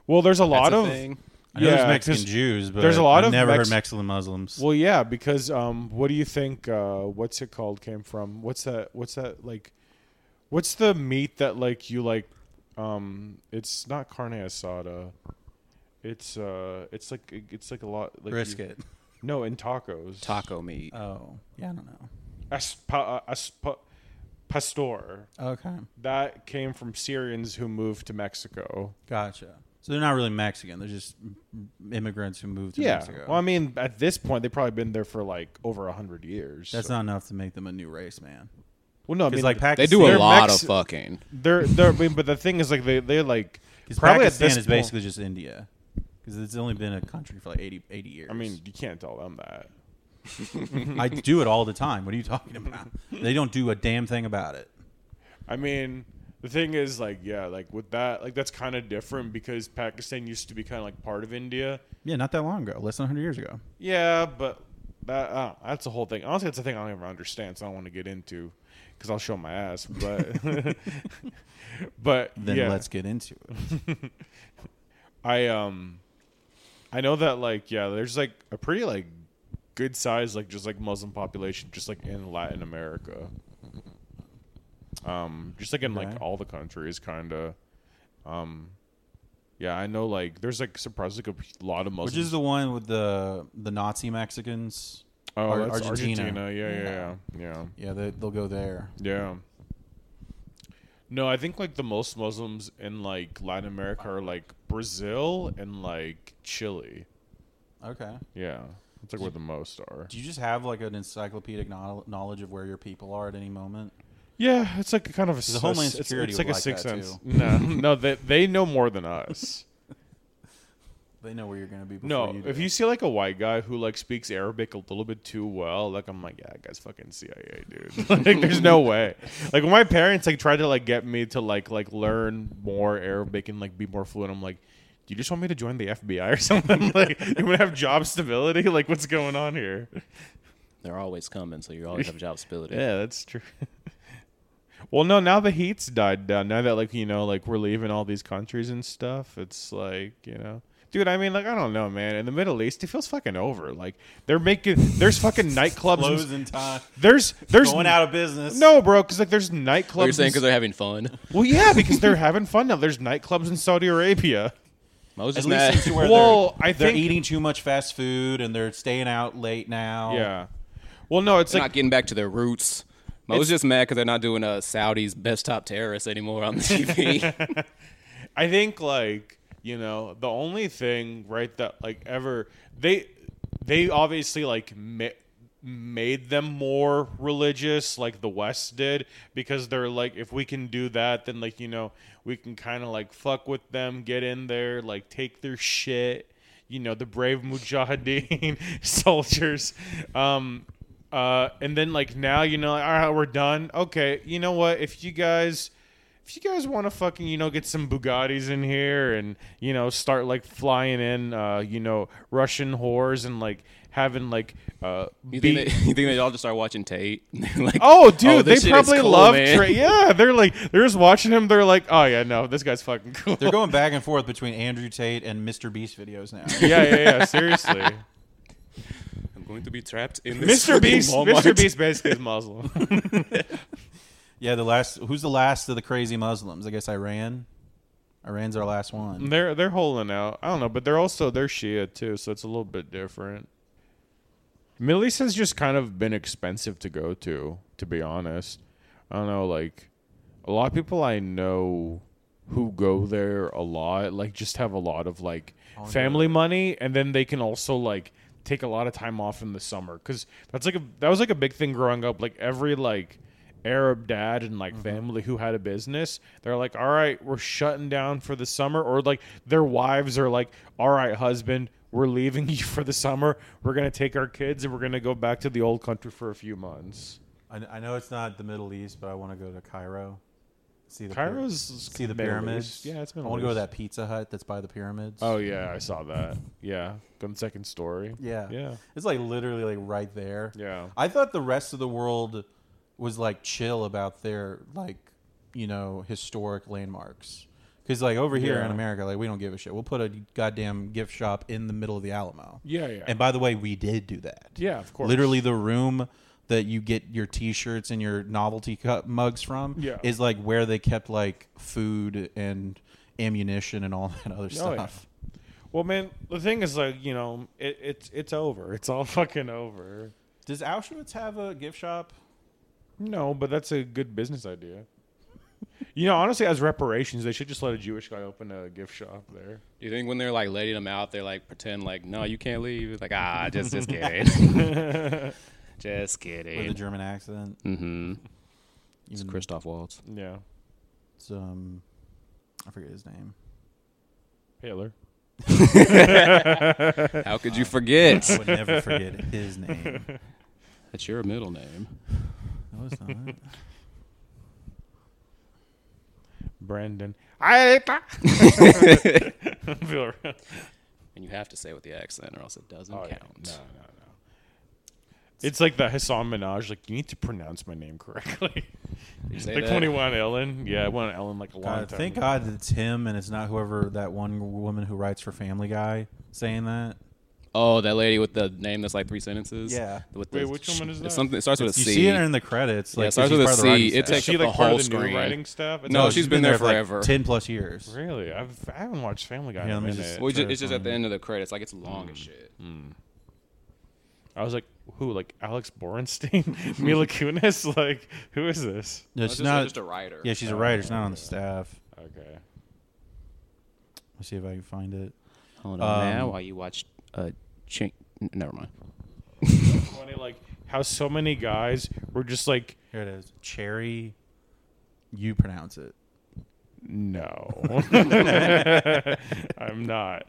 S2: Well, there's a lot
S3: That's a
S2: of
S3: thing?
S1: I know there's
S2: Yeah,
S1: Mexican
S2: 'cause
S1: Jews, but
S2: there's a lot
S1: I've
S2: of
S1: never
S2: Mex-
S1: heard Mexican Muslims.
S2: Well, yeah, because um, what do you think? Uh, what's it called? Came from? What's that? What's that like? What's the meat that like you like? Um, it's not carne asada. It's uh, it's like it's like a lot like you- [laughs]
S1: Brisket.
S2: no, in tacos.
S3: Taco meat.
S2: Uh,
S1: Oh, yeah, I don't know.
S2: Aspa, uh, aspa, pastor.
S1: Okay,
S2: That came from Syrians who moved to Mexico.
S1: gotcha. So they're not really Mexican. They're just m- immigrants who moved to
S2: yeah.
S1: Mexico.
S2: Well, I mean, at this point, they've probably been there for like over a hundred years.
S1: That's
S2: so-
S1: not enough to make them a new race, man.
S2: Well, no, I
S1: Because
S2: mean,
S1: like
S3: they do a
S1: Pakistan,
S2: They're
S3: lot
S2: Mex-
S3: of fucking.
S2: They're they're I mean, but the thing is like they they like
S1: 'cause
S2: probably
S1: Pakistan
S2: at this
S1: is
S2: point-
S1: basically just India, because it's only been a country for like 80, 80 years.
S2: I mean, you can't tell them that.
S1: I do it all the time. What are you talking
S2: [laughs]
S1: about? They don't do a damn thing about it.
S2: I mean, the thing is like yeah, like with that like that's kind of different because Pakistan used to be kind of like part of India.
S1: Yeah, not that long ago, less than hundred years ago.
S2: Yeah, but that uh, that's the whole thing. Honestly, it's a thing I don't even understand, so I don't want to get into because I'll show my
S1: [laughs]
S2: ass. But [laughs] but
S1: Then
S2: yeah.
S1: let's get into it.
S2: I um I know that like yeah, there's like a pretty like good size like just like Muslim population just like in Latin America. Um just like in
S1: Okay.
S2: like all the countries kind of um yeah, I know like there's like surprised like a lot of Muslims.
S1: Which is the one with the the Nazi Mexicans?
S2: oh,
S1: Ar-
S2: that's
S1: Argentina.
S2: Argentina. Yeah, yeah, yeah. Yeah.
S1: Yeah, they, they'll go there.
S2: Yeah. No, I think like the most Muslims in like Latin America are like Brazil and like Chile.
S1: Okay.
S2: Yeah. That's like where the most are.
S1: Do you just have like an encyclopedic knowl- knowledge of where your people are at any moment?
S2: Yeah, it's like kind of a
S1: The Homeland
S2: it's-
S1: Security
S2: [laughs] It's, like
S1: would
S2: a
S1: like
S2: sixth
S1: that,
S2: sense. No, no, they they know more than us.
S1: They know where you're going to be. [laughs] Before
S2: No,
S1: you do. [laughs]
S2: if you see like a white guy who like speaks Arabic a little bit too well, like I'm like, yeah, that guy's fucking CIA, dude. [laughs] like, there's no way. Like when my parents like tried to like get me to like like learn more Arabic and like be more fluent, I'm like, do you just want me to join the FBI or [laughs] something? like, you want to have job stability? Like, what's going on here?
S3: They're always coming, so you always have job
S2: [laughs]
S3: stability.
S2: Yeah, that's true. well, no, now the heat's died down. Now that like you know, like we're leaving all these countries and stuff, it's like you know. Dude, I mean, like, I don't know, man. In the Middle East, it feels fucking over. Like, they're making
S1: [laughs]
S2: there's fucking nightclubs. and-
S1: closing time,
S2: there's [laughs] there's
S1: going out of business.
S2: No, bro, because like there's
S3: What you're
S2: nightclubs.
S3: saying
S2: in-
S3: because they're
S2: [laughs]
S3: having fun?
S2: well, yeah, because they're having fun now. There's nightclubs in Saudi Arabia.
S3: Moses
S1: at least
S3: just mad.
S1: it's where
S2: Well,
S1: they're,
S2: I
S1: they're
S2: think-
S1: eating too much fast food and they're staying out late
S3: Oh.
S1: now.
S2: Yeah. Well, no, it's
S3: They're
S2: like
S3: not getting back to their roots. Moses just mad because they're not doing uh, Saudi's best top terrorists anymore on the TV.
S2: I think like you know the only thing right that like ever they they obviously like ma- made them more religious like the West did because they're like if we can do that then like you know we can kind of like fuck with them get in there like take their shit you know the brave mujahideen [laughs] soldiers um uh and then like now you know like, all right we're done okay you know what if you guys if you guys want to fucking you know get some Bugattis in here and you know start like flying in uh you know Russian whores and like having like uh
S3: you,
S2: beat-
S3: think they, [laughs] you think they all just start watching Tate? [laughs] like,
S2: [laughs] Oh, dude, they
S3: this shit is
S2: probably
S3: cool,
S2: love
S3: man.
S2: Trey. Yeah, they're like they're just watching him. They're like, oh yeah, no, this guy's fucking
S3: [laughs]
S2: cool.
S1: They're going back and forth between Andrew Tate and Mr. Beast videos
S2: [laughs]
S1: now.
S2: yeah, yeah, yeah. Seriously,
S3: I'm going to be trapped
S2: [laughs]
S3: in this
S2: Mr.
S3: fucking
S2: Beast.
S3: Walmart.
S2: Mr. Beast basically is Muslim. [laughs]
S1: yeah, the last. Who's the last of the crazy Muslims? I guess Iran. Iran's our last one.
S2: they're they're holding out. I don't know, but they're also they're Shia too, so it's a little bit different. Middle East has just kind of been expensive to go to, to be honest. I don't know, like a lot of people I know who go there a lot, like just have a lot of like
S1: Oh,
S2: family money, and then they can also like take a lot of time off in the summer because that's like a that was like a big thing growing up. Like every like Arab dad and
S1: Mm-hmm.
S2: like family who had a business, they're like, all right, we're shutting down for the summer, or like their wives are like, all right, husband, we're leaving [laughs] you for the summer. We're gonna take our kids and we're gonna go back to the old country for a few months.
S1: I, I know it's not the Middle East, but I want to go to Cairo. See the pyra-
S2: Cairo's
S1: see the
S2: Middle
S1: pyramids.
S2: East. Yeah, it's
S1: I
S2: Middle
S1: want to go to
S2: East.
S1: that Pizza Hut that's by the pyramids.
S2: Oh yeah, I saw that. Yeah, go to the second story.
S1: yeah,
S2: yeah,
S1: It's like literally like right there.
S2: yeah.
S1: I thought the rest of the world was like chill about their like you know historic landmarks because like over here
S2: Yeah.
S1: in America, like we don't give a shit. We'll put a goddamn gift shop in the middle of the Alamo.
S2: Yeah, yeah.
S1: And by the way, we did do that.
S2: Yeah, of course.
S1: Literally, the room that you get your T-shirts and your novelty cup mugs from
S2: Yeah.
S1: is like where they kept like food and ammunition and all [laughs] that other
S2: Oh, yeah.
S1: stuff.
S2: Well, man, the thing is, like, you know, it, it's it's over. It's all [laughs] fucking over.
S1: Does Auschwitz have a gift shop?
S2: No, but that's a good business idea. You know, honestly, as reparations, they should just let a Jewish guy open a gift shop there.
S3: You think when they're like letting them out, they're like pretend like, no, you can't leave. It's like, ah,
S2: [laughs]
S3: just just kidding, [laughs]
S1: With
S3: just
S1: a
S3: kidding.
S1: German accent,
S3: Mm-hmm. It's
S1: Even-
S3: Christoph Waltz.
S2: Yeah,
S1: It's, um, I forget his name.
S2: Hitler. Uh,
S3: How could
S2: [laughs]
S3: you forget?
S1: I would never forget
S3: [laughs]
S1: his name.
S3: That's your middle name.
S1: No, it's not.
S2: Brandon. I [laughs] feel.
S3: And you have to say it with the accent, or else it doesn't
S2: Oh,
S3: count.
S2: yeah. No, no, no. It's like the Hassan Minaj. Like you need to pronounce my name correctly.
S3: You say
S2: like
S3: that?
S2: twenty one Ellen. Yeah, I went on Ellen like a long
S1: God,
S2: time.
S1: thank
S2: ago.
S1: God that it's him and it's not whoever that one woman who writes for Family Guy saying that.
S3: Oh, that lady with the name that's like three sentences.
S1: Yeah.
S3: With
S2: Wait,
S3: the
S2: which woman is
S3: it's
S2: that?
S3: Something. It starts with a
S1: You
S3: C.
S1: see it in the credits.
S3: Yeah,
S1: Like,
S3: it starts
S1: 'cause
S3: with
S1: she's
S3: a
S1: part of the
S3: C.
S1: writing
S3: It
S1: staff.
S2: Is
S3: takes
S2: she
S3: up the
S2: like part
S3: whole
S2: of the
S3: screen,
S2: new
S3: right?
S2: writing staff? It's
S3: No,
S2: like-
S3: she's been there
S1: for, like,
S3: forever.
S1: Ten plus years.
S2: Really? I've, I haven't watched Family Guy
S1: Yeah,
S2: in a
S1: let me
S2: minute.
S1: just-
S3: Well, it's ju-
S1: Try to
S3: it's just at
S1: find
S3: the Mm.
S1: it.
S3: end of the credits. Like it's long as shit.
S2: I was like, who? Like Alex Borenstein? [laughs] Mila Kunis? Like, who is this?
S1: No,
S3: No,
S1: she's
S3: just,
S1: not.
S3: just a writer.
S1: yeah, she's a writer. She's not on the staff.
S2: Okay.
S1: Let's see if I can find it.
S3: Hold
S1: on Um, now
S3: while you watch. Uh, chink. Never mind.
S2: Funny, like, how so many guys were just like,
S1: Here it is. Cherry. You pronounce it.
S2: [laughs] no. I'm not.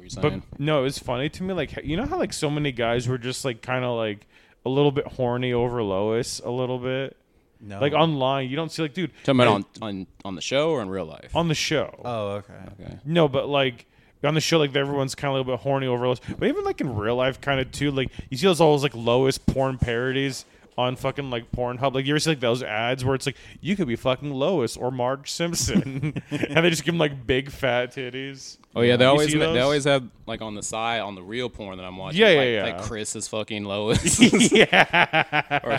S3: you're saying.
S2: But no, it's funny to me. Like you know how like so many guys were just like kind of like a little bit horny over Lois a little bit.
S1: No.
S2: Like online, you don't see like dude
S3: Talking about
S2: hey,
S3: on, on on the show or in real life?
S2: on the show.
S1: Oh, okay.
S3: Okay.
S2: no, but like on the show, like everyone's kind of a little bit horny over Lois. But even like in real life, kind of too. Like you see those always like Lois porn parodies on fucking like Pornhub. Like you ever see like those ads where it's like you could be fucking Lois or Marge
S3: [laughs]
S2: Simpson, and they just give them like big fat titties.
S3: Oh yeah, they
S2: You
S3: always
S2: see
S3: they
S2: those?
S3: always have like on the side on the real porn that I'm watching.
S2: Yeah,
S3: like,
S2: yeah, yeah.
S3: Like Chris is fucking Lois,
S2: [laughs] [laughs] yeah.
S3: or,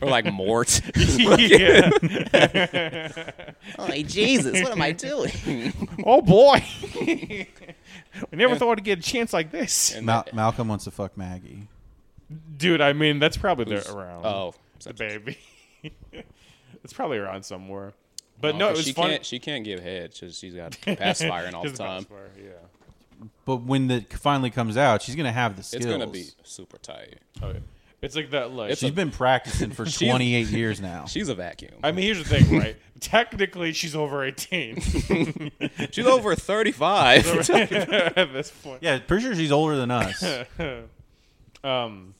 S3: or like
S2: [laughs]
S3: Mort.
S2: yeah.
S3: [laughs] Holy Jesus, what am I doing?
S2: Oh [laughs] boy. I never thought I'd get a chance like this.
S3: And
S1: Mal- Malcolm wants to fuck Maggie.
S2: Dude, I mean, that's probably there around.
S3: oh,
S2: The baby. [laughs] it's probably around somewhere. But no, it was
S3: Oh, she
S2: fun. [laughs]
S3: Can't, she can't give head because she's got pacifiering all the
S2: Just about
S3: time.
S2: as far, yeah.
S1: But when the finally comes out, she's gonna have the skills.
S3: It's gonna be super tight.
S2: Oh, It's like that, like.
S3: It's
S1: She's
S3: a-
S1: been practicing
S2: [laughs]
S1: for 28 years now.
S3: She's a vacuum.
S2: I mean, here's the thing,
S3: [laughs]
S2: right? Technically, she's over 18
S3: she's over thirty-five.
S2: [laughs] at this point. [laughs]
S1: yeah, pretty sure she's older than us.
S2: Um,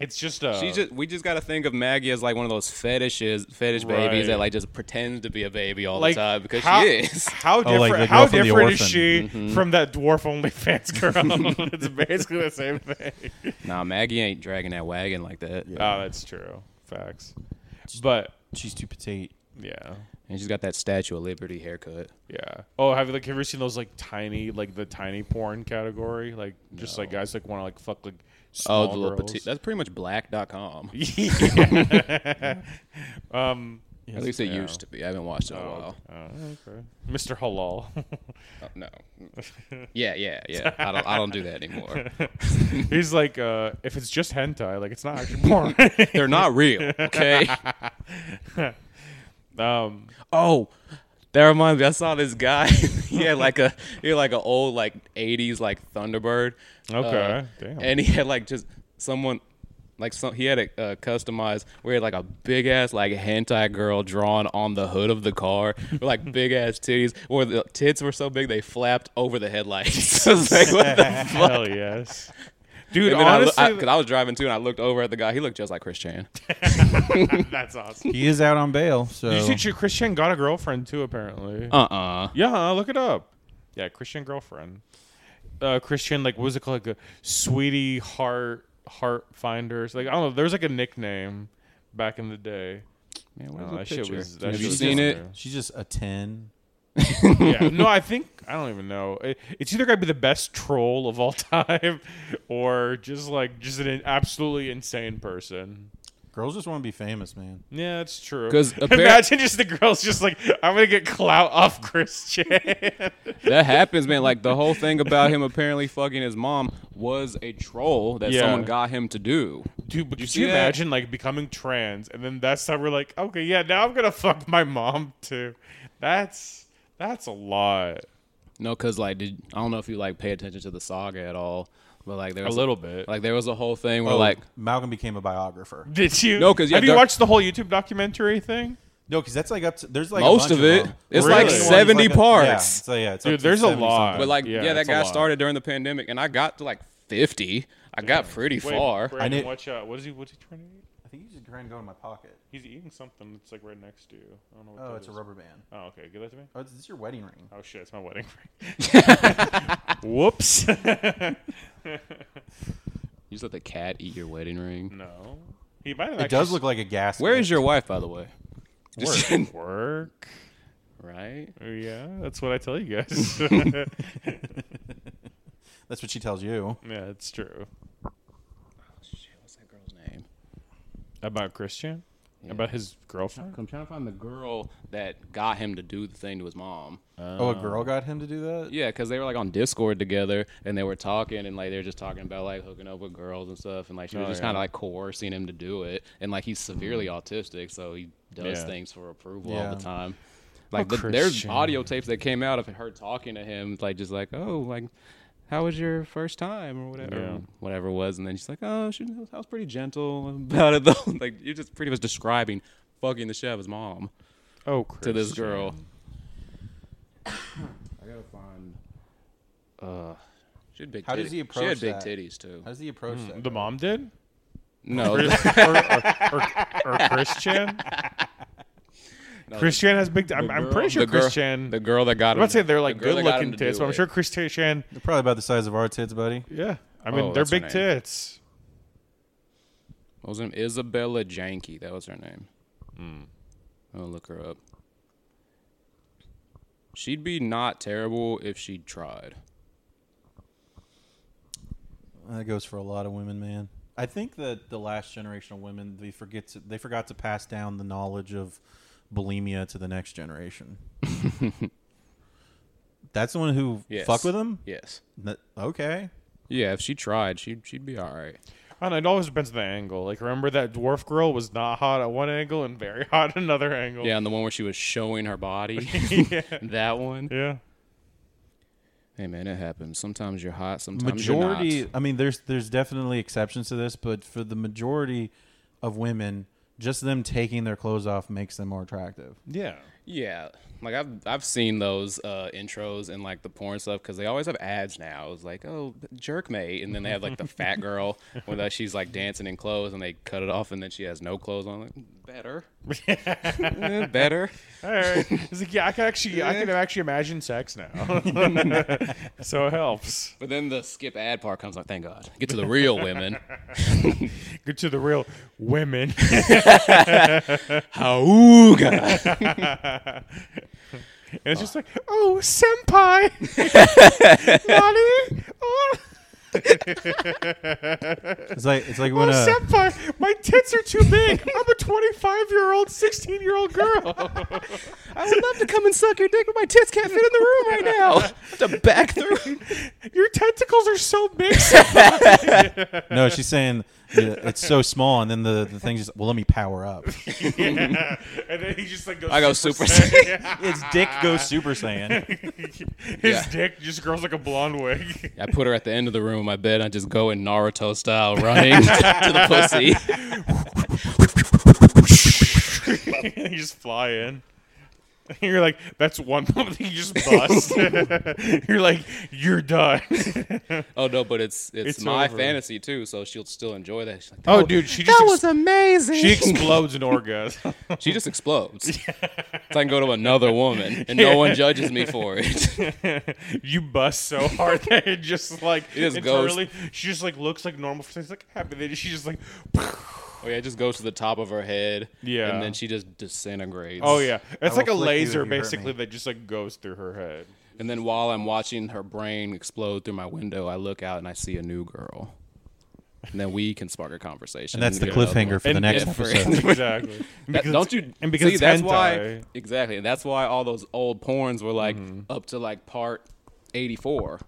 S2: it's just uh,
S3: She just we just gotta think of Maggie as like one of those fetishes fetish
S2: Right.
S3: babies that like just pretends to be a baby all
S2: like
S3: the time because
S2: how,
S3: she is. [laughs] Mm-hmm.
S2: How
S1: Oh,
S2: different?
S1: like the
S2: how
S1: girl from The
S2: different is
S1: Orphan.
S2: she from that dwarf OnlyFans [laughs] girl? it's basically the same thing.
S3: Nah, Maggie ain't dragging that wagon like that.
S2: Oh, that's true. Facts. But
S1: She's too petite.
S2: yeah,
S3: And she's got that Statue of Liberty haircut.
S2: yeah. Oh, have you like ever seen those like tiny, like the tiny porn category? Like just like guys like want to like fuck like small
S3: oh, the little
S2: girls. [laughs]
S3: petite. That's pretty much black.com. [laughs]
S2: um.
S3: At least it
S2: yeah.
S3: used to be. I haven't watched it in a
S2: Oh,
S3: while.
S2: okay. Mr. Halal. [laughs]
S3: Oh, no. Yeah, yeah, yeah. I don't, I don't do that anymore.
S2: [laughs]
S3: [laughs]
S2: He's like, uh, if it's just hentai, like it's not actually porn.
S3: They're not real,
S2: [laughs]
S3: okay?
S2: um,
S3: Oh, that reminds me. I saw this guy. [laughs] he had like a he had like an old like '80s like Thunderbird.
S2: Okay, damn.
S3: Uh, And he had like just someone like some he had it uh, customized where he had like a big ass like hentai girl drawn on the hood of the car with [laughs] like big ass titties where the tits were so big they flapped over the headlights. [laughs] I was like, what the fuck? [laughs]
S2: hell yes, dude.
S3: And then I loo-
S2: Honestly,
S3: I, cause I was driving too, and I looked over at the guy. He looked just like Chris [laughs] Chan.
S2: that's awesome.
S1: He is out on bail, so
S2: Did you see
S3: Oh.
S2: Ch- Christian got a girlfriend too? Apparently,
S3: Uh uh
S2: yeah. Look it up. Yeah, Christian girlfriend. Uh, Christian, like, what was it called? Like a sweetie heart heart finders. Like, I don't know. There was like a nickname back in the day.
S3: Man,
S2: Oh, that shit was. That
S3: Have
S2: shit
S3: you
S2: was
S3: seen it?
S2: there.
S1: she's just a 10.
S2: yeah. No, I think I don't even know. It, it's either gonna be the best troll of all [laughs] time, or just like just an absolutely insane person.
S1: Girls just want to be famous, man.
S2: Yeah, it's true. [laughs]
S3: 'Cause appar-
S2: imagine just the girls just like I'm gonna get clout off Christian. [laughs]
S3: That happens, man. Like the whole thing about [laughs] him apparently fucking his mom was a troll that
S2: Yeah.
S3: someone got him to do.
S2: Dude, but could
S3: see
S2: you
S3: that?
S2: imagine like becoming trans and then that's how we're like, okay, yeah, now I'm gonna fuck my mom too. That's that's a lot.
S3: No, cause like, did I don't know if you like pay attention to the saga at all, but like there was
S2: bit.
S3: Like there was a whole thing where
S1: Oh,
S3: like
S1: Malcolm became a biographer.
S2: Did you?
S3: No, 'cause, yeah,
S2: have you
S3: there-
S2: watched the whole YouTube documentary thing?
S1: No, because that's like up to there's like a
S3: most
S1: bunch
S3: of it,
S1: them.
S3: it's
S2: Really?
S3: like
S1: Everyone's
S3: seventy
S1: like a- Yeah,
S3: parts.
S1: so yeah, it's
S2: Dude,
S1: up to
S2: there's a
S1: 70
S2: lot.
S1: something.
S3: But like,
S2: Yeah,
S3: yeah, that
S2: that's a
S3: guy
S2: lot.
S3: started during the pandemic, and I got to like fifty. I got pretty
S2: Wait,
S3: far.
S2: Brandon,
S1: need-
S2: watch out. What is he? What's he trying to eat?
S1: I think you just trying to go in my pocket.
S2: He's eating something that's like right next to you. I don't know. What
S1: Oh,
S2: that
S1: it's a
S2: is.
S1: rubber band.
S2: Oh, okay. Give that to me.
S1: Oh, it's, it's your wedding ring.
S2: Oh shit, it's my wedding ring.
S3: [laughs]
S2: [laughs] Whoops.
S3: You just let the cat eat your wedding ring.
S2: no. He might have
S1: It does look like a gas.
S3: Where is your wife, by the way?
S2: actually- [laughs] work. work.
S3: right?
S2: Yeah, that's what I tell you
S3: [laughs]
S2: guys. [laughs]
S1: That's what she tells you.
S2: yeah, it's true.
S3: Shit, what's that girl's name?
S2: About Christian?
S3: Yeah.
S2: About his girlfriend?
S3: I'm trying to find the girl that got him to do the thing to his mom.
S1: Oh, a girl got him to do that.
S3: Yeah, because they were like on Discord together and they were talking and like they were just talking about like hooking up with girls and stuff and like she was
S2: Oh,
S3: just
S2: yeah. Mm.
S3: kind of like coercing him to do it and like he's severely autistic so he does
S2: Yeah.
S3: things for approval all
S1: Yeah.
S3: the time. Like
S2: Oh,
S3: the, there's
S2: Christian.
S3: audio tapes that came out of her talking to him like just like oh like how was your first time or whatever
S2: Yeah.
S3: whatever it was and then she's like oh she was, I was pretty gentle about it though [laughs] like you're just pretty much describing fucking the shit out of his mom
S2: Oh, Christian.
S3: to this girl. I gotta find. Uh, She had big.
S1: How does
S3: titties.
S1: he
S3: She had
S1: approach
S3: big
S1: that?
S3: titties too.
S1: How does he approach that?
S2: Hmm. The mom [laughs] did?
S3: No,
S2: Or, or, or, or
S3: [laughs]
S2: Christian? Christian has big. I'm, I'm pretty sure
S3: the girl,
S2: Christian.
S3: the girl that got.
S2: I'm
S3: him-
S2: not saying they're
S3: the
S2: like
S3: girl
S2: good
S3: that got him
S2: looking
S3: to do
S2: tits, but I'm
S3: it.
S2: sure Christian.
S1: They're probably about the size of our tits, buddy.
S2: Yeah, I mean
S3: Oh,
S2: they're
S3: that's her
S2: big
S3: name.
S2: tits.
S3: What was her name? Isabella Janky. That was her name.
S2: Hmm.
S3: I'll look her up. She'd be not terrible if she tried.
S1: That goes for a lot of women, man. I think that the last generation of women they forget to, they forgot to pass down the knowledge of bulimia to the next
S3: [laughs]
S1: generation. That's the one who
S3: Yes.
S1: fuck with them.
S3: Yes.
S1: N- Okay,
S3: Yeah, if she tried, she she'd be all right.
S2: I don't know. It always depends on the angle. Like remember that dwarf girl was not hot at one angle and very hot at another angle.
S3: Yeah, and the one where she was showing
S2: [laughs]
S3: her body. [laughs] that one.
S2: Yeah.
S3: Hey man, it happens. Sometimes you're hot, sometimes
S1: majority.
S3: you're not.
S1: I mean, there's there's definitely exceptions to this, but for the majority of women, just them taking their clothes off makes them more attractive.
S2: Yeah.
S3: Yeah. Like I've I've seen those uh, intros and like the porn stuff cuz they always have ads now. It's like, "Oh, jerk mate." And then they have like the fat girl where like, she's like dancing in clothes and they cut it off and then she has no clothes on. Like, better. Eh, better.
S2: All right. It's like yeah, I can actually, I can actually imagine sex
S3: [laughs]
S2: now. [laughs] so it helps.
S3: But then the skip ad part comes like, "Thank God. Get to the real women."
S2: Get to the real women.
S3: Hauga.
S2: And it's just like, oh, senpai. [laughs] Nani? Oh,
S1: It's like it's
S3: [laughs]
S1: like
S2: oh,
S1: when a
S2: senpai. My tits are too big. I'm a 25 year old, 16 year old girl.
S3: I would love to come and suck your dick, but my tits can't fit in the room right now. I have to back through.
S2: Your tentacles are so big. [laughs] senpai."
S1: no, she's saying yeah, it's so small, and then the the thing just well, let me power [laughs] up.
S2: And then he just like goes.
S3: I go Super
S1: Its dick goes Super Saiyan.
S2: His
S3: Yeah.
S2: dick just grows like a blonde wig.
S3: [laughs]
S2: [laughs]
S3: I put her at the end of the room of my bed. I just go in Naruto style running [laughs] to the pussy.
S2: you just fly in. [laughs] You're like, that's one [laughs] moment you just bust. [laughs] You're like, you're done.
S3: Oh no, but it's it's,
S2: It's
S3: my
S2: over.
S3: fantasy too, so she'll still enjoy that. She's like,
S2: Oh, dude, [laughs] she
S3: that
S2: just
S3: was amazing.
S2: she
S3: [laughs] She,
S2: explodes in orgasm. [laughs]
S3: just explodes. so I can go to another woman and no one judges me for
S2: [laughs]
S3: it.
S2: you bust so hard that it just like it
S3: just
S2: internally, she just like looks like normal. She's like happy. Then she just like,
S3: oh yeah, it just goes to the top of her head.
S2: Yeah.
S3: and then she just disintegrates.
S2: oh yeah, it's
S1: will
S2: like a
S1: flick you
S2: laser
S1: if you hurt me.
S2: basically that just like goes through her
S3: [laughs]
S2: head.
S3: And then while I'm watching her brain explode through my window, I look out and I see a new girl. And then we can spark a conversation.
S1: And that's the
S3: get another
S1: cliffhanger for
S2: And
S1: the next
S3: if-
S1: episode.
S2: [laughs] Exactly. And
S3: That-
S2: because
S3: don't
S2: it's-
S3: you?
S2: And because
S3: see,
S2: it's
S3: that's
S2: hentai.
S3: why exactly. And that's why all those old porns were like up to like part eighty four.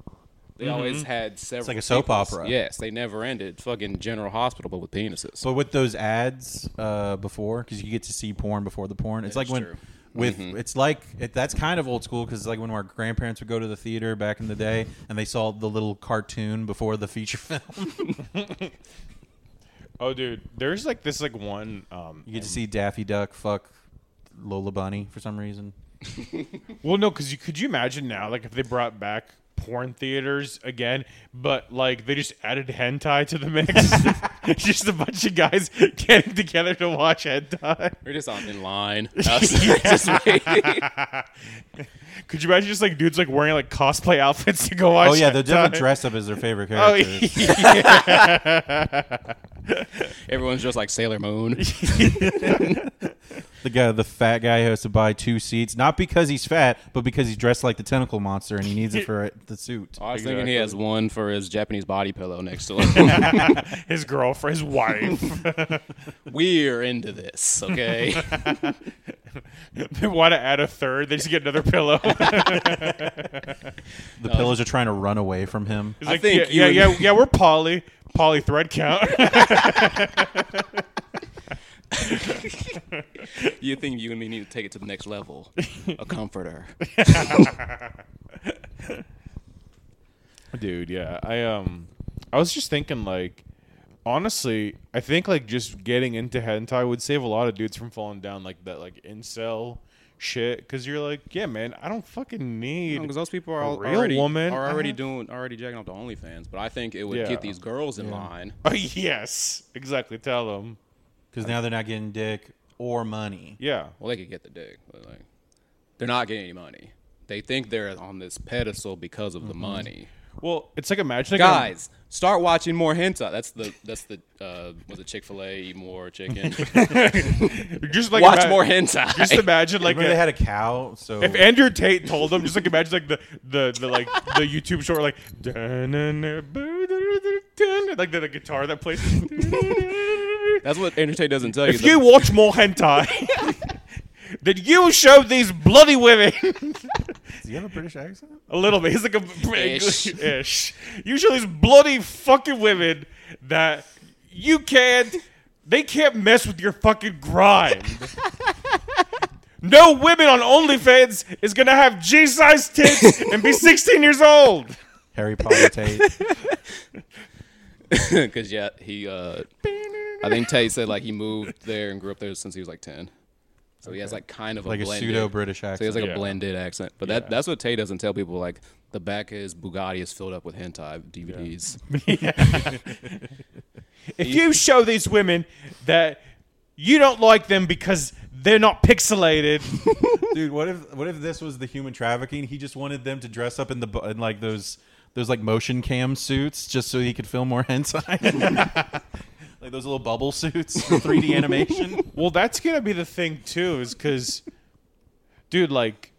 S3: They always had several.
S1: like a soap
S3: sequels.
S1: opera.
S3: Yes, they never ended. Fucking General Hospital, but with penises.
S1: But with those ads uh, before, because you get to see porn before the porn. It's like
S3: is
S1: when
S3: true.
S1: with it's like it, that's kind of old school because it's like when our grandparents would go to the theater back in the day and they saw the little cartoon before the feature film. [laughs]
S2: Oh, dude, there's like this like one. Um,
S1: You get to see Daffy Duck fuck Lola Bunny for some reason.
S2: well, no, because you could you imagine now like if they brought back porn theaters again, but like they just added hentai to the mix, [laughs] just a bunch of guys [laughs] getting together to watch hentai.
S3: We're just on in line. Just waiting.
S2: [laughs] Could you imagine just like dudes like wearing like cosplay outfits to go watch?
S1: Oh yeah, the
S2: hentai?
S1: [laughs] different dress up is their favorite
S2: Oh,
S1: character.
S2: yeah.
S3: [laughs] Everyone's just like Sailor Moon.
S1: The guy, the fat guy, who has to buy two seats, not because he's fat, but because he's dressed like the tentacle monster and he needs it for uh, the suit.
S3: I was thinking
S2: Exactly.
S3: he has one for his Japanese body pillow next to
S2: [laughs]
S3: him. [laughs]
S2: his girlfriend, his wife. [laughs]
S3: We're into this, okay?
S2: they want to add a third. They just get another
S1: [laughs]
S2: pillow.
S1: The pillows are trying to run away from him.
S2: It's like,
S3: think
S2: yeah,
S3: you
S2: yeah,
S3: and-
S2: yeah, yeah, we're poly, poly thread count. [laughs]
S3: you think you and me need to take it to the next level? A comforter.
S2: Dude, yeah. I um I was just thinking like honestly, I think like just getting into hentai would save a lot of dudes from falling down like that like incel shit because you're like, yeah, man, I don't fucking need.
S3: Because those people are
S2: a
S3: al-
S2: real
S3: already
S2: woman.
S3: are already
S2: Uh-huh.
S3: doing already jacking off to OnlyFans, but I think it would
S2: Yeah.
S3: get these girls in line.
S2: [laughs] yes, exactly. Tell them.
S1: because now they're not getting dick or money.
S2: Yeah.
S3: Well, they could get the dick, but like they're not getting any money. They think they're on this pedestal because of
S2: Mm-hmm.
S3: the money.
S2: Well, it's like imagine like, a-
S3: Guys, start watching more hentai. That's the that's the uh, was it Chick Fil A eat
S2: [laughs]
S3: more chicken. [laughs]
S2: um, just like
S3: Watch
S2: ima-
S3: more hentai.
S2: Just imagine like
S1: Remember
S2: a-
S1: they had a cow, so
S2: If Andrew Tate told them, just like imagine like the the, the like the YouTube short like dun-dun-dun-dun-dun-dun, like the, the guitar that plays.
S3: That's what entertainment doesn't tell you.
S2: if
S3: The-
S2: you watch more hentai, [laughs] then you show these bloody women
S1: do you have a British accent?
S2: a [laughs] little bit. He's like a
S3: Ish.
S2: ish. You show these bloody fucking women that you can't. They can't mess with your fucking grind. No women on OnlyFans is gonna have G-sized tits and be 16 years old.
S1: Harry
S2: [laughs]
S1: Potter Tate.
S3: [laughs] Because yeah, he. Uh, I think Tay said like he moved there and grew up there since he was like ten, so he has like kind of
S1: Like a
S3: a blended,
S1: pseudo British
S3: So he has
S1: accent.
S3: like
S2: Yeah.
S3: a blended accent, but
S2: Yeah.
S3: that that's what Tay doesn't tell people. Like the back of his Bugatti is filled up with hentai DVDs.
S2: If you show these women that you don't like them because they're not pixelated,
S1: Dude, what if what if this was the human trafficking? He just wanted them to dress up in the bu- in like those those like motion cam suits just so he could film more hentai. [laughs] like those little bubble suits, [laughs] for 3D animation.
S2: well, that's gonna be the thing too, is because, dude, like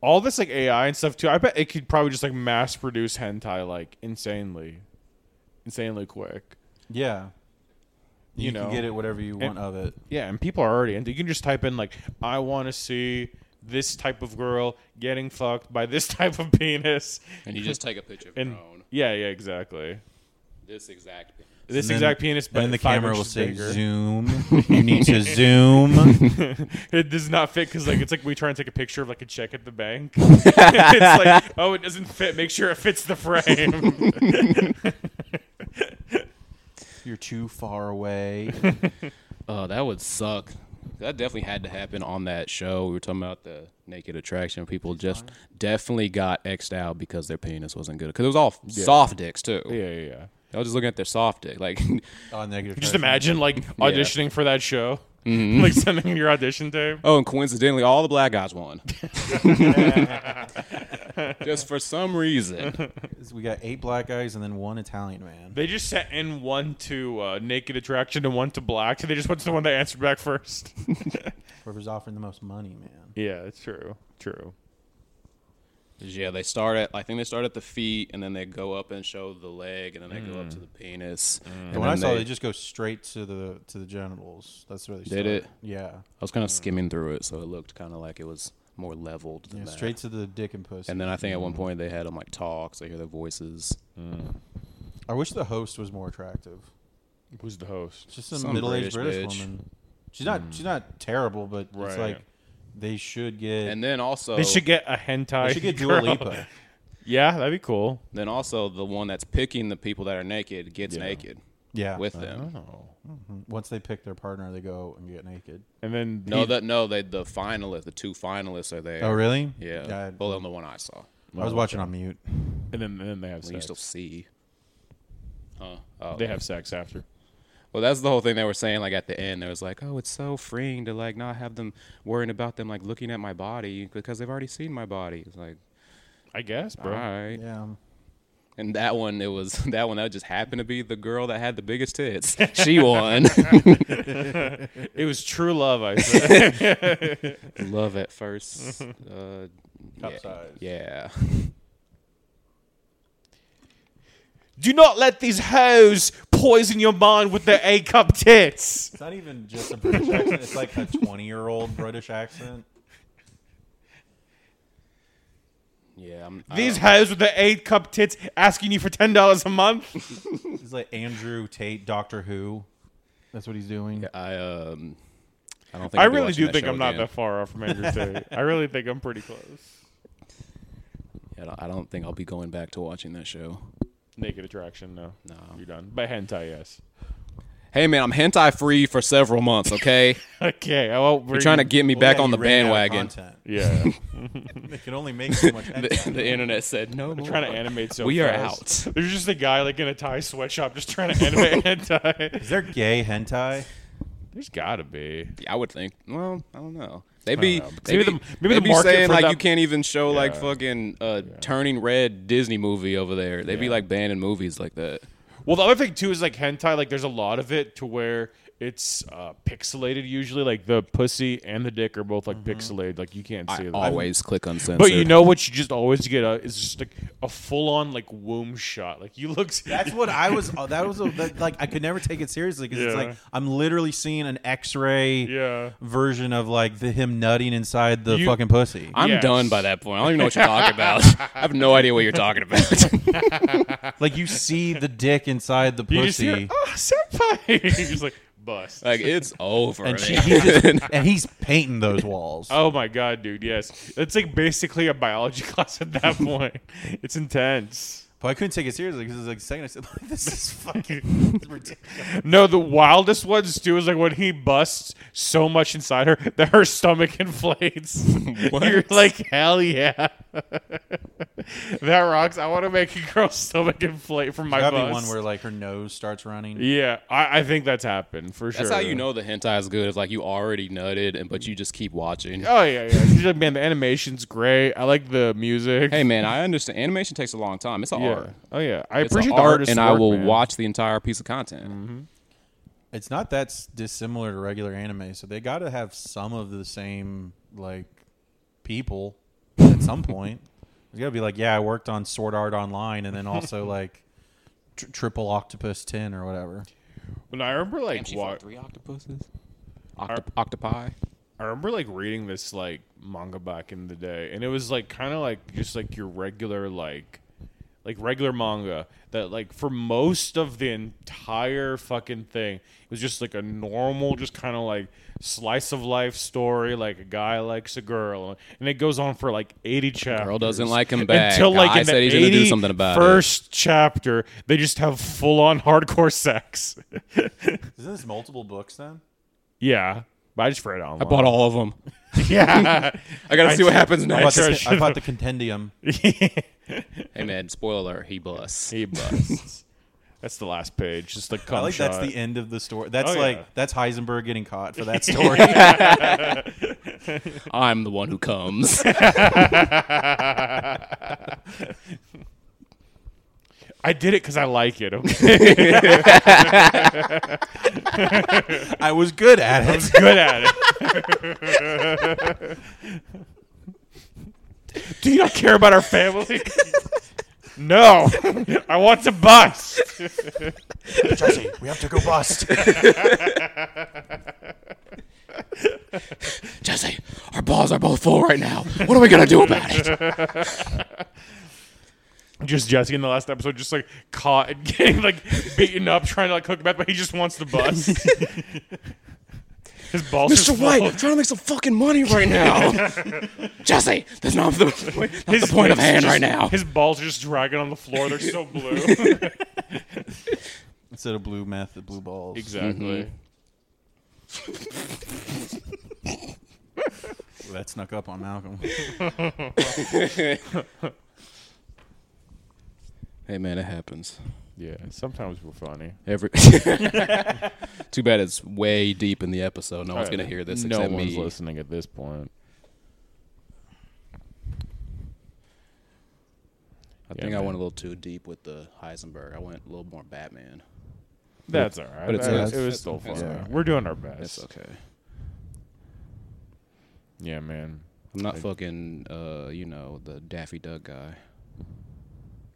S2: all this like AI and stuff too. I bet it could probably just like mass produce hentai like insanely, insanely quick.
S1: Yeah. You,
S2: You know.
S1: can get it whatever you want of it.
S2: Yeah, and people are already into. You can just type in like, "I want to see this type of girl getting fucked by this [laughs] type of penis,"
S3: And you just take a picture of
S2: and
S3: your own.
S2: yeah, yeah, exactly.
S3: This exact. penis.
S2: This
S1: And then-
S2: exact penis, but
S1: and then the
S2: five
S1: camera will
S2: inches
S1: say
S2: bigger. [laughs]
S1: zoom. you need to zoom.
S2: it does not fit because like it's like we try and take a picture of like a check at the [laughs] bank. it's like oh, it doesn't fit. Make sure it fits the frame.
S1: You're too far
S2: [laughs]
S1: away.
S3: Oh, that would suck. That definitely had to happen on that show. We were talking about the naked attraction. People just definitely got xed out because their penis wasn't good. Because it was all soft dicks too.
S2: [laughs] yeah, yeah, yeah.
S3: I was just looking at their soft dick. Like, [laughs]
S1: Oh, negative.
S2: Just
S1: pressure.
S2: imagine like auditioning for that show, like sending your audition tape.
S3: oh, and coincidentally, all the black guys
S2: [laughs]
S3: won. [laughs] just for some reason.
S1: We got eight black guys and then one Italian man.
S2: They just sent in one to uh, Naked Attraction and one to Black. They just went to the one that answered back first. [laughs]
S1: Whoever's offering the most money, man.
S2: yeah, it's true. True.
S3: Yeah, they start at. I think they start at the feet, and then they go up and show the leg, and then they go up to the penis. And
S1: Mm. when
S3: then
S1: I saw, they, just go straight to the to the genitals. That's where they
S3: Did
S1: start.
S3: it?
S1: Yeah,
S3: I was kind
S1: Mm.
S3: of skimming through it, so it looked kind of like it was more leveled than
S1: yeah
S3: that.
S1: straight to Mm. the dick and pussy.
S3: And then I think at one point they had them like talk, so I hear their voices.
S1: I wish the host was more attractive.
S2: Who's the host?
S1: It's just some,
S3: Some
S1: middle-aged British,
S3: British bitch. Hmm.
S1: woman. She's not she's not terrible, but
S2: Right.
S1: it's like they should get
S3: And then also,
S2: They should get a hentai.
S1: they should get Dua
S2: [laughs] girl.
S1: Lipa.
S2: Yeah, that'd be cool.
S3: then also the one that's picking the people that are naked gets
S2: Yeah.
S3: naked
S1: Yeah,
S3: with them.
S2: Oh.
S1: once they pick their partner, they go and get naked.
S2: And then
S3: No,
S2: he-
S3: that no, they the finalists, the two finalists are there.
S1: Oh, really?
S3: Yeah.
S1: God.
S3: Well, on the one I saw,
S1: I was watching on mute.
S2: and then and then they have
S3: when you
S2: sex.
S3: still see. Huh. Oh,
S2: They have sex after.
S3: Well, that's the whole thing they were saying. Like at the end, there was like, "Oh, it's so freeing to like not have them worrying about them like looking at my body because they've already seen my body." It's like,
S2: I guess,
S3: all
S2: bro.
S3: right.
S1: Yeah,
S3: And that one, it was [laughs] that one that just happened to be the girl that had the
S2: [laughs]
S3: biggest tits. She won.
S2: It was true love, [laughs] I said.
S3: Love at
S2: [laughs]
S3: first. Uh,
S1: Cup
S3: yeah.
S1: size.
S3: Yeah.
S2: Do not let these hoes poison your mind with their A cup tits.
S1: it's not even just a British accent. It's like a twenty-year-old British accent.
S3: Yeah. I'm, I
S2: These
S3: don't-
S2: hoes with their A cup tits asking you for ten dollars a month.
S1: He's like Andrew Tate, Doctor Who. That's what he's doing.
S3: I um. I don't think.
S2: I
S3: I'll be
S2: really
S3: watching
S2: do
S3: that
S2: think
S3: show
S2: I'm not
S3: again.
S2: that far off from [laughs] Andrew Tate. I really think I'm pretty close.
S3: I don't, I don't think I'll be going back to watching that show.
S2: Naked attraction, no.
S3: No.
S2: You're done. But hentai, yes.
S3: "Hey man, I'm hentai free for several
S2: [laughs]
S3: months, okay?
S2: [laughs] Okay, I won't.
S3: You're trying to get me back on the bandwagon."
S2: Yeah,
S3: [laughs]
S1: They can only make so much.
S3: The, the internet said, "No more."
S2: trying to animate so.
S3: We are
S2: fast. [laughs] There's just a guy like in a Thai sweatshop just trying to
S3: [laughs]
S2: animate hentai.
S1: Is there gay hentai?
S2: There's gotta be.
S3: Yeah, I would think. Well, I don't know. They be
S2: know, 'cause
S3: they
S2: maybe
S3: be,
S2: the- maybe
S3: maybe
S2: the
S3: be
S2: market
S3: saying
S2: for
S3: like
S2: that-
S3: you can't even show like
S2: Yeah.
S3: fucking uh, turning red Disney movie over there. They be
S2: Yeah.
S3: like banning movies like that.
S2: Well, the other thing too is like hentai. Like, there's a lot of it to where it's uh, pixelated. Usually, like the pussy and the dick are both like pixelated. Like you can't see
S3: I
S2: them.
S3: always click uncensored.
S2: But you know what? You just always get a is just like a full on like womb shot. Like [laughs] you look.
S1: That's what I was. oh, That was a, that, like I could never take it seriously because it's
S2: Yeah.
S1: like I'm literally seeing an X-ray
S2: Yeah.
S1: version of like the him nutting inside the
S2: You-
S1: fucking pussy.
S3: I'm
S2: Yes.
S3: done by that point. I don't even know what you're
S2: [laughs]
S3: talking about. I have no idea what you're talking about.
S1: like you see the dick inside the
S2: You just
S1: pussy,
S2: hear, oh, senpai. [laughs] You're just like bust.
S3: like it's over.
S1: and she,
S3: man.
S1: he's just, and he's painting those walls.
S2: oh my god, dude. Yes, it's like basically a biology [laughs] class at
S3: [laughs]
S2: that point. it's intense.
S1: But I couldn't take it seriously because it's like the second I said, [laughs] like, "This is fucking
S2: [laughs]
S1: ridiculous."
S2: No, the wildest ones too is like when he busts so much inside her that her stomach [laughs] inflates.
S1: [laughs]
S2: You're like, hell yeah. that rocks. I want to make a girl's stomach inflate from my
S1: That'd
S2: bust.
S1: be one where like her nose starts running.
S2: yeah, I, I think that's happened for sure.
S3: [laughs]
S2: [laughs]
S3: That's how you know the hentai is good. If like you already nutted, and but you just keep watching.
S2: Oh yeah, yeah. She's like, man, the animation's great. I like the music.
S3: Hey man, I understand. Animation takes a long time. It's an
S2: yeah.
S3: art.
S2: Oh yeah, I
S3: It's
S2: appreciate
S3: an
S2: the
S3: art,
S2: artist's
S3: and I
S2: work,
S3: will
S2: man. Mm-hmm.
S3: watch the entire piece of content.
S1: It's not that s- dissimilar to regular anime, so they got to have some of the same like people at some
S2: [laughs]
S1: point. It's got to be like, yeah, I worked on Sword Art Online, and then
S2: [laughs]
S1: also like tr- Triple Octopus Ten or whatever.
S2: When I remember like wa-
S3: three octopuses. octopi.
S2: I remember like reading this like manga back in the day, and it was like kind of like just like your regular like like regular manga that like for most of the entire fucking thing it was just like a normal just kind of like slice of life story like a guy likes a girl and it goes on for like 80 chapters
S3: doesn't like him back.
S2: until like
S3: Guy
S2: in
S3: said
S2: the
S3: he's gonna do something about it.
S2: first chapter they just have full on hardcore sex
S1: Isn't this multiple books then?
S2: yeah but i just read it online
S3: I
S2: [laughs]
S3: bought all of them.
S2: yeah
S3: [laughs] I gotta see what happens
S1: I bought,
S3: next.
S2: sure
S1: the,
S2: it
S1: I bought the Contendium.
S3: Hey man, spoiler: alert, he busts.
S2: He busts. that's the last page. Just the cum
S1: I like
S2: shot.
S1: that's the end of the story. That's
S2: Oh,
S1: like
S2: yeah.
S1: that's Heisenberg getting caught for that story.
S3: I'm the one
S2: [laughs]
S3: who comes. [laughs]
S2: I did it because I like it.
S1: [laughs]
S2: Okay?
S1: I was good
S2: I
S1: at
S2: was
S1: it.
S2: good at it. Do you not care about our family? no, I want to bust.
S1: Jesse, we have to go bust.
S3: Jesse, our balls are both full right
S2: [laughs]
S3: now. What are we gonna do about it?
S2: Just Jesse in the last episode, just like caught and [laughs] getting like beaten up, trying to like hook him up, but he just wants the bust. His balls,
S3: Mr.
S2: are [laughs] full.
S3: White, trying to make some fucking money
S2: [laughs]
S3: right now. Jesse, that's not [laughs] the, not the point of
S2: dick's
S3: hand
S2: just-
S3: right now.
S2: His balls are just dragging on the floor. They're so
S1: [laughs]
S2: blue.
S1: Instead of blue meth, the blue balls.
S2: Exactly.
S3: Mm-hmm.
S1: That snuck up on Malcolm.
S3: Hey man, it happens.
S2: Yeah, sometimes we're funny.
S3: [laughs] Every Too bad it's way deep in the episode. No one's gonna hear this
S2: No
S3: except
S2: one's
S3: me.
S2: listening at this point.
S3: I think
S2: Yeah,
S3: I
S2: man.
S3: went a little too deep with the Heisenberg. I went a little more Batman.
S2: That's all right.
S3: but it's-
S2: That-
S3: it's-
S2: it was
S3: it's-
S2: still fun.
S3: it's all right.
S2: We're doing our best.
S3: It's okay.
S2: Yeah, man.
S3: I'm not fucking, uh, you know, the Daffy Duck guy.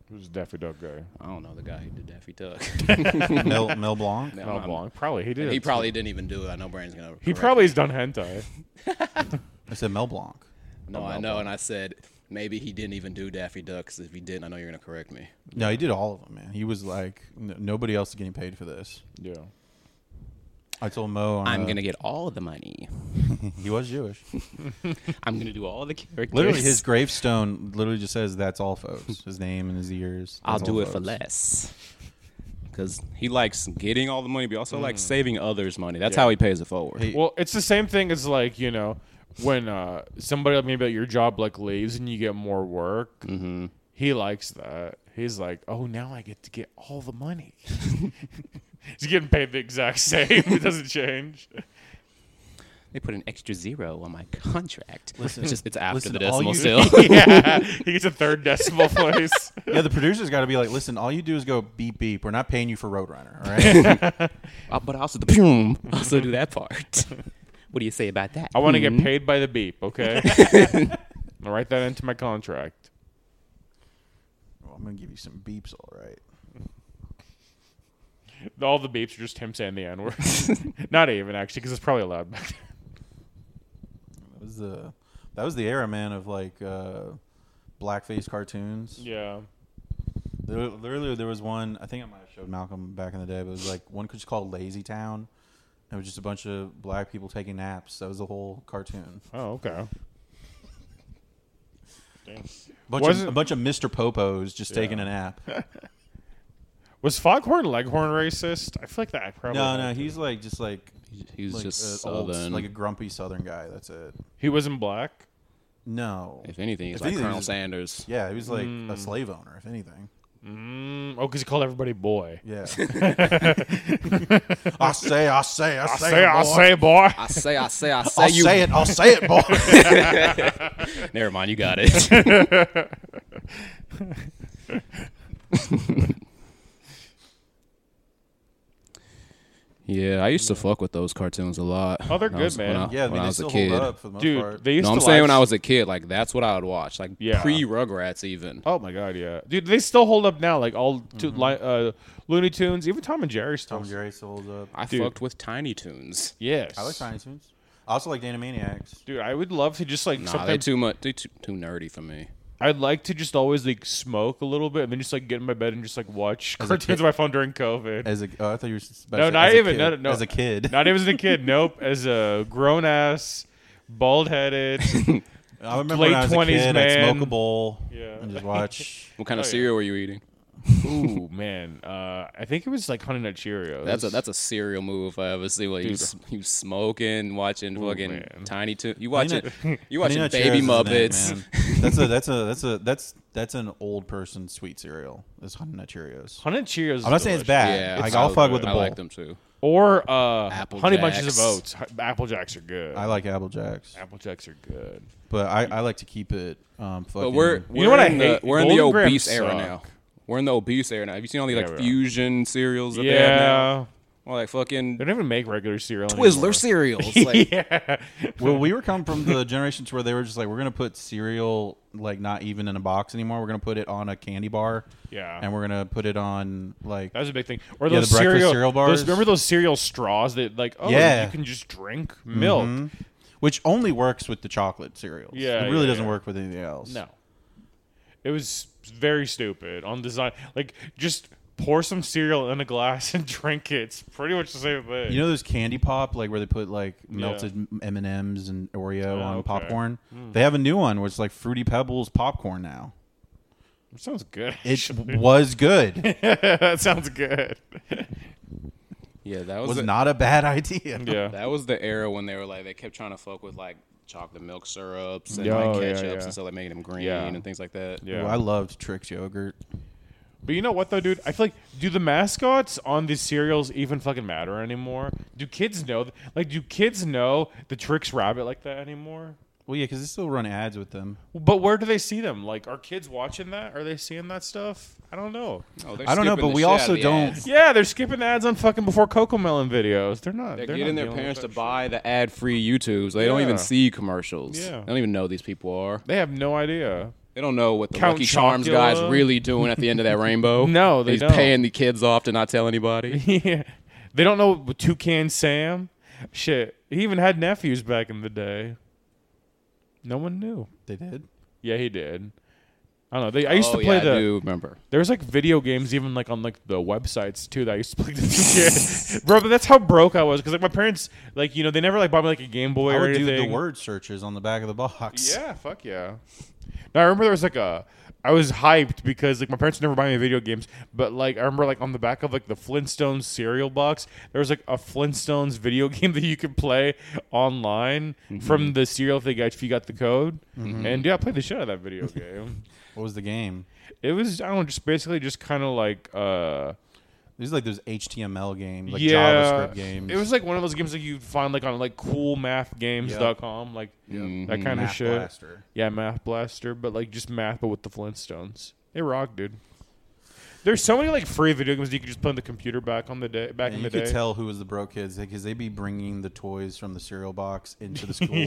S2: Who's Daffy Duck guy?
S3: I don't know the guy who did Daffy [laughs] Duck.
S1: Mel, Mel Blanc.
S3: No,
S2: Mel
S3: I'm-
S2: Blanc. Probably he did.
S3: [laughs] He probably didn't even do it. I know Brandon's gonna.
S2: He
S3: correct
S2: probably
S3: me.
S2: has done
S3: [laughs]
S2: hentai.
S1: I said Mel Blanc.
S3: No, I know, and I said maybe he didn't even do Daffy Duck. 'cause if he didn't, I know you're gonna correct me.
S1: No, he did all of them, man. He was like, n- nobody else is getting paid for this.
S2: yeah.
S1: I told Mo, on
S3: I'm
S1: a-
S3: gonna get all the money.
S1: He was Jewish.
S3: I'm gonna do all the characters.
S1: Literally, his gravestone literally just says, "That's all, folks." His name and his years.
S3: I'll
S1: That's all,
S3: do it for
S1: folks."
S3: less. because he likes getting all the money, but he also likes saving others' money. That's how he pays it forward.
S1: Hey,
S2: Well, it's the same thing as like you know when uh, somebody maybe at your job like leaves and you get more work. Mm-hmm. He likes that. He's like, oh, now I get to get all the
S3: [laughs]
S2: money. [laughs] He's getting paid the exact same. It doesn't change.
S3: They put an extra zero on my contract.
S1: Listen-
S3: it's, just, it's after
S1: listen,
S3: the
S1: all
S3: decimal
S1: you-
S3: still.
S1: [laughs]
S2: yeah, [laughs] he gets a third decimal place.
S1: yeah, the producer's got to be like, listen, all you do is go beep beep. We're not paying you for Roadrunner, all right?
S3: Uh, but also [laughs] the boom. Also do that part. [laughs] what do you say about that?
S2: I want to get
S1: Mm-hmm.
S2: paid by the beep.
S1: [laughs]
S2: Okay, I'll write that into my contract.
S1: well, I'm gonna give you some beeps, all right.
S2: All the beeps are just him saying the n word.
S1: [laughs]
S2: Not even actually, because it's probably allowed. back then.
S1: That was the that was the era, man, of like uh, blackface cartoons.
S2: yeah.
S1: There, literally, there was one. I think I might have showed Malcolm back in the day, but it was like one just called Lazy Town. It was just a bunch of black people taking naps. That was the whole cartoon.
S2: Oh, okay.
S1: Bunch
S2: Was
S1: of,
S2: it-
S1: a bunch of Mr. Popos just taking
S2: Yeah.
S1: a
S2: [laughs]
S1: nap.
S2: Was Foghorn Leghorn racist? I feel like that probably.
S1: No, no, he's like just like
S3: He's
S1: like,
S3: just
S1: a old-
S3: southern.
S1: like a grumpy Southern guy. That's it.
S2: he wasn't black.
S1: No,
S3: if anything, he's
S1: If
S3: like
S1: anything,
S3: Colonel
S1: he's-
S3: Sanders.
S1: yeah, he was like
S2: Hmm.
S1: a slave owner, if anything.
S2: Mm, oh, because he called everybody boy. [laughs]
S1: Yeah. [laughs] I say, I say, I say,
S2: I say,
S1: it,
S2: I
S1: boy.
S2: say, boy.
S3: I say, I [laughs] say, I say.
S1: I'll
S3: you.
S1: say it. I'll say it, boy.
S3: Never mind, you got it. [laughs] yeah, I used to fuck with those cartoons a lot.
S2: Oh, they're
S3: when I
S2: good,
S3: was- when
S2: man.
S1: [laughs]
S3: I-
S1: yeah, I
S3: when
S1: mean,
S3: I
S1: they
S3: was a
S1: still
S3: kid.
S1: hold up for the most part.
S2: Dude, they used
S3: No,
S2: to.
S3: I'm saying when
S2: live-
S3: I was a kid, like that's what I would watch, like
S2: Yeah.
S3: pre Rugrats even.
S2: Oh my god, yeah, dude, they still hold up now. Like all to, li- uh, Looney Tunes, even Tom and Jerry still.
S1: Mm-hmm. Tom and Jerry still holds up.
S3: I
S2: Dude.
S3: fucked with Tiny Toons.
S2: Yes,
S1: I like Tiny Toons. I also like Animaniacs.
S2: Dude, I would love to just like
S3: Nah, they
S2: sometimes.
S3: too much. They too, too nerdy for me.
S2: I'd like to just always like smoke a little bit and then just like get in my bed and just like watch
S1: As a
S2: cartoons
S1: kid-
S2: on my phone during COVID.
S1: As a, oh, I thought you were. About
S2: No,
S1: to say-
S2: not
S1: as a
S2: even.
S1: kid.
S2: No, no, no.
S1: As a kid,
S2: [laughs] Not even as a kid. nope. As a grown ass, bald
S1: [laughs]
S2: headed.
S1: I remember when
S2: late
S1: I was a
S2: 20s
S1: kid, I'd
S2: man.
S1: smoke a bowl
S2: Yeah.
S1: and just watch.
S3: What kind
S2: Oh,
S3: of
S2: yeah.
S3: cereal were you eating?
S2: Ooh man, uh, I think it was like Honey Nut Cheerios.
S3: That's a that's a serial move if I ever see. Where you
S2: Dude.
S3: s- you smoking, watching fucking
S2: man.
S3: Tiny Toons. You watching
S1: Peanut-
S3: [laughs] you watching
S1: Peanut
S3: Baby
S1: Cheerios
S3: Muppets.
S1: is the name,
S3: [laughs]
S1: man. that's a that's a that's a that's that's an old person sweet cereal. Is Honey Nut Cheerios.
S2: Honey Nut Cheerios. is
S1: I'm not saying it's
S2: delicious.
S1: bad.
S3: Yeah,
S1: like,
S3: so
S1: I'll fuck with
S3: good.
S1: the
S3: I
S1: bowl.
S3: like them too.
S2: Or uh,
S3: Apple
S2: Honey Bunches
S3: Jacks.
S2: of Oats. H- Apple Jacks are good.
S1: I like Apple Jacks,
S2: Apple Jacks are good.
S1: but I, I like to keep it. Um, fucking,
S3: But we're, we're
S2: know what I
S3: in the,
S2: hate?
S3: We're in the
S2: Golden Grahams
S3: obese era
S2: suck.
S3: now. We're in the obese era now. Have you seen all the like
S2: Yeah, we are.
S3: fusion cereals that they have now?
S2: Yeah,
S3: Or like
S2: they
S3: fucking
S2: don't even make regular cereal. anymore.
S3: Twizzler cereals. Like,
S2: yeah.
S1: well, we were coming from the [laughs] generations where they were just like, we're gonna put cereal like not even in a box anymore. We're gonna put it on a candy bar.
S2: Yeah.
S1: and we're gonna put it on like
S2: That was a big thing. Or
S1: Yeah,
S2: those
S1: the breakfast
S2: cereal,
S1: cereal
S2: those-
S1: bars.
S2: remember those cereal straws that like oh
S1: Yeah. Mm-hmm.
S2: you can just drink milk.
S1: which only works with the chocolate cereals.
S2: Yeah,
S1: it really
S2: yeah,
S1: doesn't
S2: yeah.
S1: work with anything else.
S2: No. It was very stupid on design. Like just pour some cereal in a glass and [laughs] drink it. It's pretty much the same thing.
S1: You know those candy pop, like where they put like melted M and M's and Oreo on
S2: Oh, okay. Hmm.
S1: popcorn. They have a new one where it's like Fruity Pebbles popcorn now.
S2: It sounds good. [laughs]
S1: It was good.
S2: that sounds
S3: [laughs]
S2: good.
S3: yeah, that was,
S1: was
S3: the,
S1: not a bad [laughs] idea.
S2: [laughs] yeah.
S3: that was the era when they were like they kept trying to fuck with like chocolate milk syrups and
S2: Yeah, oh,
S3: like
S2: yeah,
S3: ketchups
S2: yeah.
S3: and stuff like making them green
S2: Yeah.
S3: and things like that.
S1: Ooh,
S2: Yeah.
S1: I loved Trix yogurt.
S2: But you know what though, dude? I feel like do the mascots on these cereals even fucking matter anymore? Do kids know like do kids know the tricks rabbit like that anymore?
S1: Well, yeah, because they still run ads with them.
S2: But where do they see them? Like, are kids watching that? Are they seeing that stuff? I don't know.
S3: Oh, they're
S1: I don't know,
S3: skipping
S1: but
S3: the
S1: we
S3: shit out
S1: also
S3: of the
S1: don't-
S3: ads.
S2: Yeah, they're skipping ads on fucking before Coco Melon videos. They're not.
S3: They're,
S2: They're,
S3: getting
S2: not
S3: their
S2: dealing with
S3: parents to
S2: that
S3: buy the ad-free YouTubes. They don't
S2: Yeah.
S3: even see commercials.
S2: Yeah.
S3: They don't even know who these people are.
S2: shit. They have no idea. [laughs]
S3: They don't know what the
S2: Count
S3: Lucky Charms guys
S2: Chocula.
S3: really doing at the end
S2: [laughs]
S3: of that rainbow.
S2: No, they
S3: he's
S2: don't.
S3: paying the kids off to not tell anybody.
S2: yeah, they don't know what Toucan Sam. Shit, he even had nephews back in the day. No one knew.
S1: They did.
S2: Yeah, he did. I don't know. They, [laughs] I used
S3: oh,
S2: to play
S3: yeah,
S2: the.
S3: I do remember.
S2: There was like video games even like on like the websites too that I used to play [laughs] this shit. Bro, but that's how broke I was because like my parents like you know they never like bought me like a Game Boy
S1: I
S2: or
S1: would do
S2: anything.
S1: the word searches on the back of the box.
S2: Yeah, fuck yeah. Now I remember there was like a I was hyped because like my parents never buy me video games, but like I remember like on the back of like the Flintstones cereal box, there was like a Flintstones video [laughs] game that you could play online from
S1: Mm-hmm.
S2: the cereal thing if you got the code. And yeah, I played the shit out of
S1: [laughs]
S2: that video game.
S1: What was the game?
S2: it was I don't know, just basically just kind of like uh
S1: These are like those HTML games, like
S2: yeah,
S1: JavaScript games.
S2: It was like one of those games that you'd find like on like coolmathgames.com, like that kind of
S1: Math
S2: shit.
S1: Blaster.
S2: Yeah, Math Blaster, but like just math, but with the Flintstones. They rock, dude. There's so many like free video games you could just play on the computer back on the day, back
S1: And
S2: in
S1: you
S2: the
S1: could
S2: day.
S1: tell who was the broke kids because they'd be bringing the toys from the cereal box
S2: [laughs]
S1: into the school.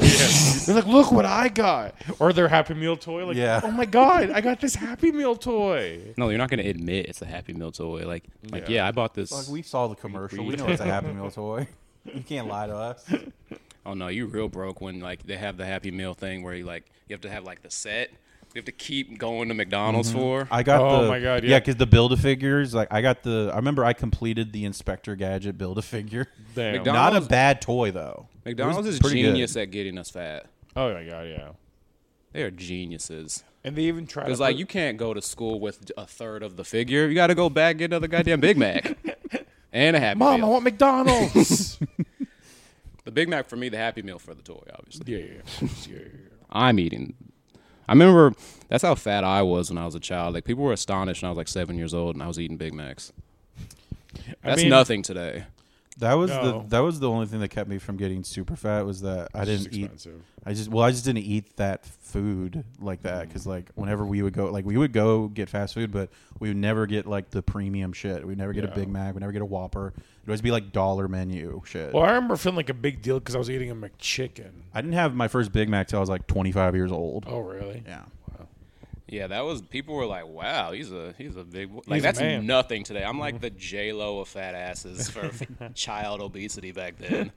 S2: They're like, look what I got, or their Happy Meal toy. Like,
S1: Yeah.
S2: oh my god, I got this Happy Meal [laughs] toy.
S3: No, you're not going to admit it's a Happy Meal toy. Like, like
S2: Yeah.
S3: yeah, I bought this.
S1: Like, we saw the commercial. We know it's a Happy Meal toy. [laughs] You can't lie to us.
S3: Oh no, you real broke when like they have the Happy Meal thing where you like you have to have like the set. You have to keep going to McDonald's for.
S1: Mm-hmm. I got
S2: Oh
S1: the
S2: my God, yeah.
S1: yeah, because the build a figures. Like I got the. I remember I completed the Inspector Gadget build a figure.
S2: Damn.
S3: McDonald's-
S1: Not a bad toy though. It was
S3: McDonald's is
S1: pretty good.
S3: genius at getting us fat.
S2: oh my god, yeah.
S3: They are geniuses.
S2: And they even tried.
S3: Because
S2: to
S3: like
S2: put-
S3: you can't go to school with a third of the figure. You got to go back and get another goddamn
S1: [laughs]
S3: Big Mac and a Happy
S2: Mom, I
S3: Meal.
S2: want [laughs] McDonald's.
S3: the Big Mac for me, the Happy Meal for the toy, obviously.
S2: yeah, yeah, yeah. yeah, yeah.
S3: I'm eating. I remember that's how fat I was when I was a child. Like people were astonished when I was like seven years old and I was eating Big Macs. That's
S2: mean-
S3: nothing today.
S1: That was
S2: No.
S1: the that was the only thing that kept me from getting super fat was that I
S2: It's
S1: didn't
S2: just
S1: eat.
S2: expensive.
S1: I just well, I just didn't eat that food like that
S2: Mm.
S1: because like whenever we would go, like we would go get fast food, but we would never get like the premium shit. We'd never get
S2: Yeah.
S1: a Big Mac. We'd never get a Whopper. It'd always be like dollar menu shit.
S2: Well, I remember feeling like a big deal because I was eating a McChicken.
S1: I didn't have my first Big Mac till I was like 25 years old.
S2: Oh, really?
S1: Yeah.
S3: Yeah, that was people were like, "Wow, he's a he's a big boy." like
S2: a
S3: that's
S2: man. Mm-hmm.
S3: nothing today." I'm like the J Lo of fat
S2: [laughs]
S3: asses for f- child obesity back then.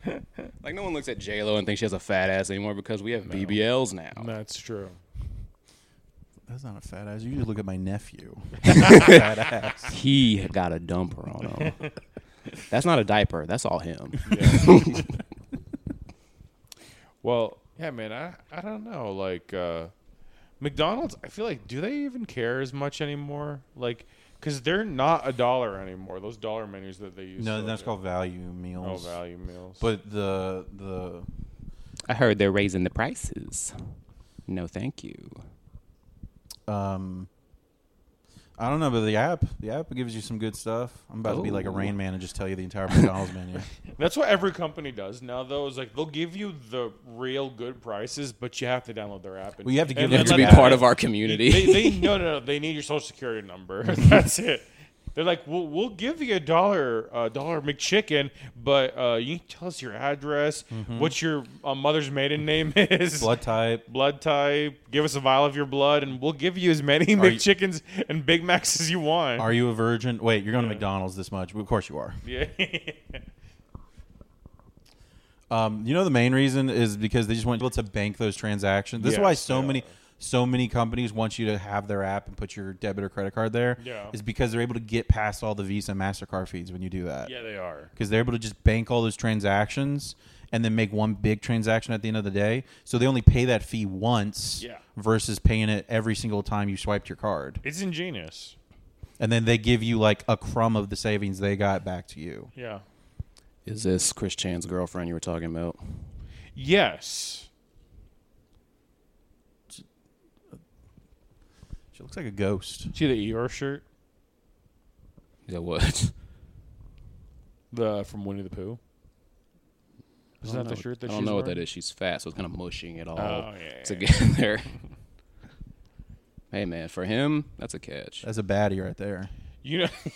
S3: Like no one looks at J Lo and thinks she has a fat ass anymore because we have BBLs now.
S2: That's true.
S1: That's not a fat ass. You should look at my nephew. fat ass.
S3: He got a dumper on
S2: [laughs]
S3: him. that's not a diaper. That's all him.
S2: Well, yeah, man. I I don't know. Like uh, McDonald's, I feel like do they even care as much anymore? Like, cause they're not a dollar anymore. Those dollar menus that they use.
S1: No,
S2: to,
S1: that's
S2: like,
S1: called value
S2: no
S1: meals.
S2: Oh, value meals.
S1: But the the
S3: I heard they're raising the prices. No, thank you.
S1: um I don't know, but the app the app gives you some good stuff. I'm about to be like a
S3: Ooh.
S2: Oh.
S1: rain man and just tell you the entire McDonald's menu.
S2: [laughs] that's what every company does now. Though is like they'll give you the real good prices, but you have to download their app. And,
S1: Well, you have to give
S2: and
S1: them
S2: then
S1: to
S2: let
S1: be
S2: them-
S1: part
S3: of
S1: [laughs]
S2: [laughs]
S3: our
S2: They,
S3: community.
S2: they no, no no they need your social security number. [laughs] That's it. They're like, we'll, we'll give you a dollar, a dollar McChicken, but uh, you need to tell us your address, what your uh, mother's maiden name [laughs] is,
S1: Mm-hmm. Blood type.
S2: blood type. Give us a vial of your blood, and we'll give you as many
S1: Are you-
S2: McChickens and Big Macs as you want.
S1: Are you a virgin? Wait, you're going to McDonald's this much. Of course you are.
S2: yeah. [laughs]
S1: Um, you know the main reason is because they just want people to bank those transactions. This is why
S2: Yes,
S1: so
S2: yeah.
S1: many so many companies want you to have their app and put your debit or credit card there.
S2: Yeah.
S1: Is because they're able to get past all the Visa and Mastercard fees when you do that.
S2: yeah, they are.
S1: because they're able to just bank all those transactions and then make one big transaction at the end of the day. So they only pay that fee once
S2: Yeah.
S1: versus paying it every single time you swiped your card.
S2: It's ingenious.
S1: And then they give you like a crumb of the savings they got back to you.
S2: Yeah.
S3: Is this Chris Chan's girlfriend you were talking about?
S2: Yes.
S1: She looks like a ghost.
S2: See the Eeyore shirt,
S3: Is that what?
S2: the from Winnie the Pooh. Is
S3: I
S2: that
S3: don't
S2: the
S3: know-
S2: shirt that
S3: I don't know what that is. She's fat, so it's kind of mushing it all
S2: Oh, yeah, yeah,
S3: together. hey man, for him, that's a catch.
S1: That's a baddie right there.
S2: You know, [laughs]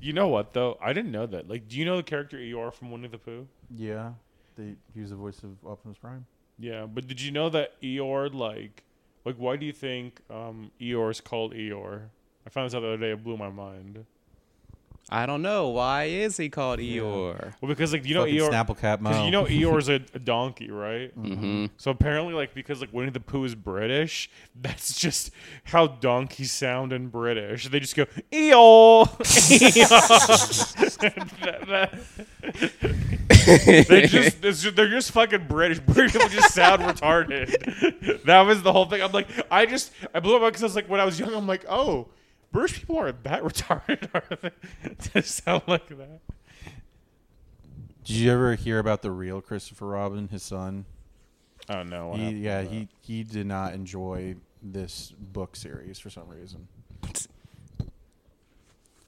S2: you know what though? I didn't know that. Like, do you know the character Eeyore from Winnie the Pooh?
S1: Yeah. They use the voice of Optimus Prime.
S2: Yeah, but did you know that Eeyore like, like why do you think um Eeyore's called Eeyore? I found this out the other day. It blew my mind.
S3: I don't know. Why is he called Eeyore?
S2: Well, because like you know
S1: Fucking
S2: Eeyore,
S1: Snapple Cap
S2: because
S1: Mo.
S2: you know Eeyore's a, a donkey, right? Mm-hmm. So apparently, like because like Winnie the Pooh is British, that's just how donkeys sound in British. They just go Eeyore. [laughs] Eeyore. [laughs]
S3: [laughs]
S2: they just, it's just they're just fucking British. [laughs] British people just sound retarded. [laughs] That was the whole thing. I'm like, I just I blew up because I was like, when I was young, I'm like, oh. British people aren't that [laughs] retarded, are they? [laughs] to sound like that.
S1: Did you ever hear about the real Christopher Robin, his son?
S2: Oh no! what
S1: He,
S2: happened
S1: yeah,
S2: to that?
S1: he he did not enjoy this book series for some reason.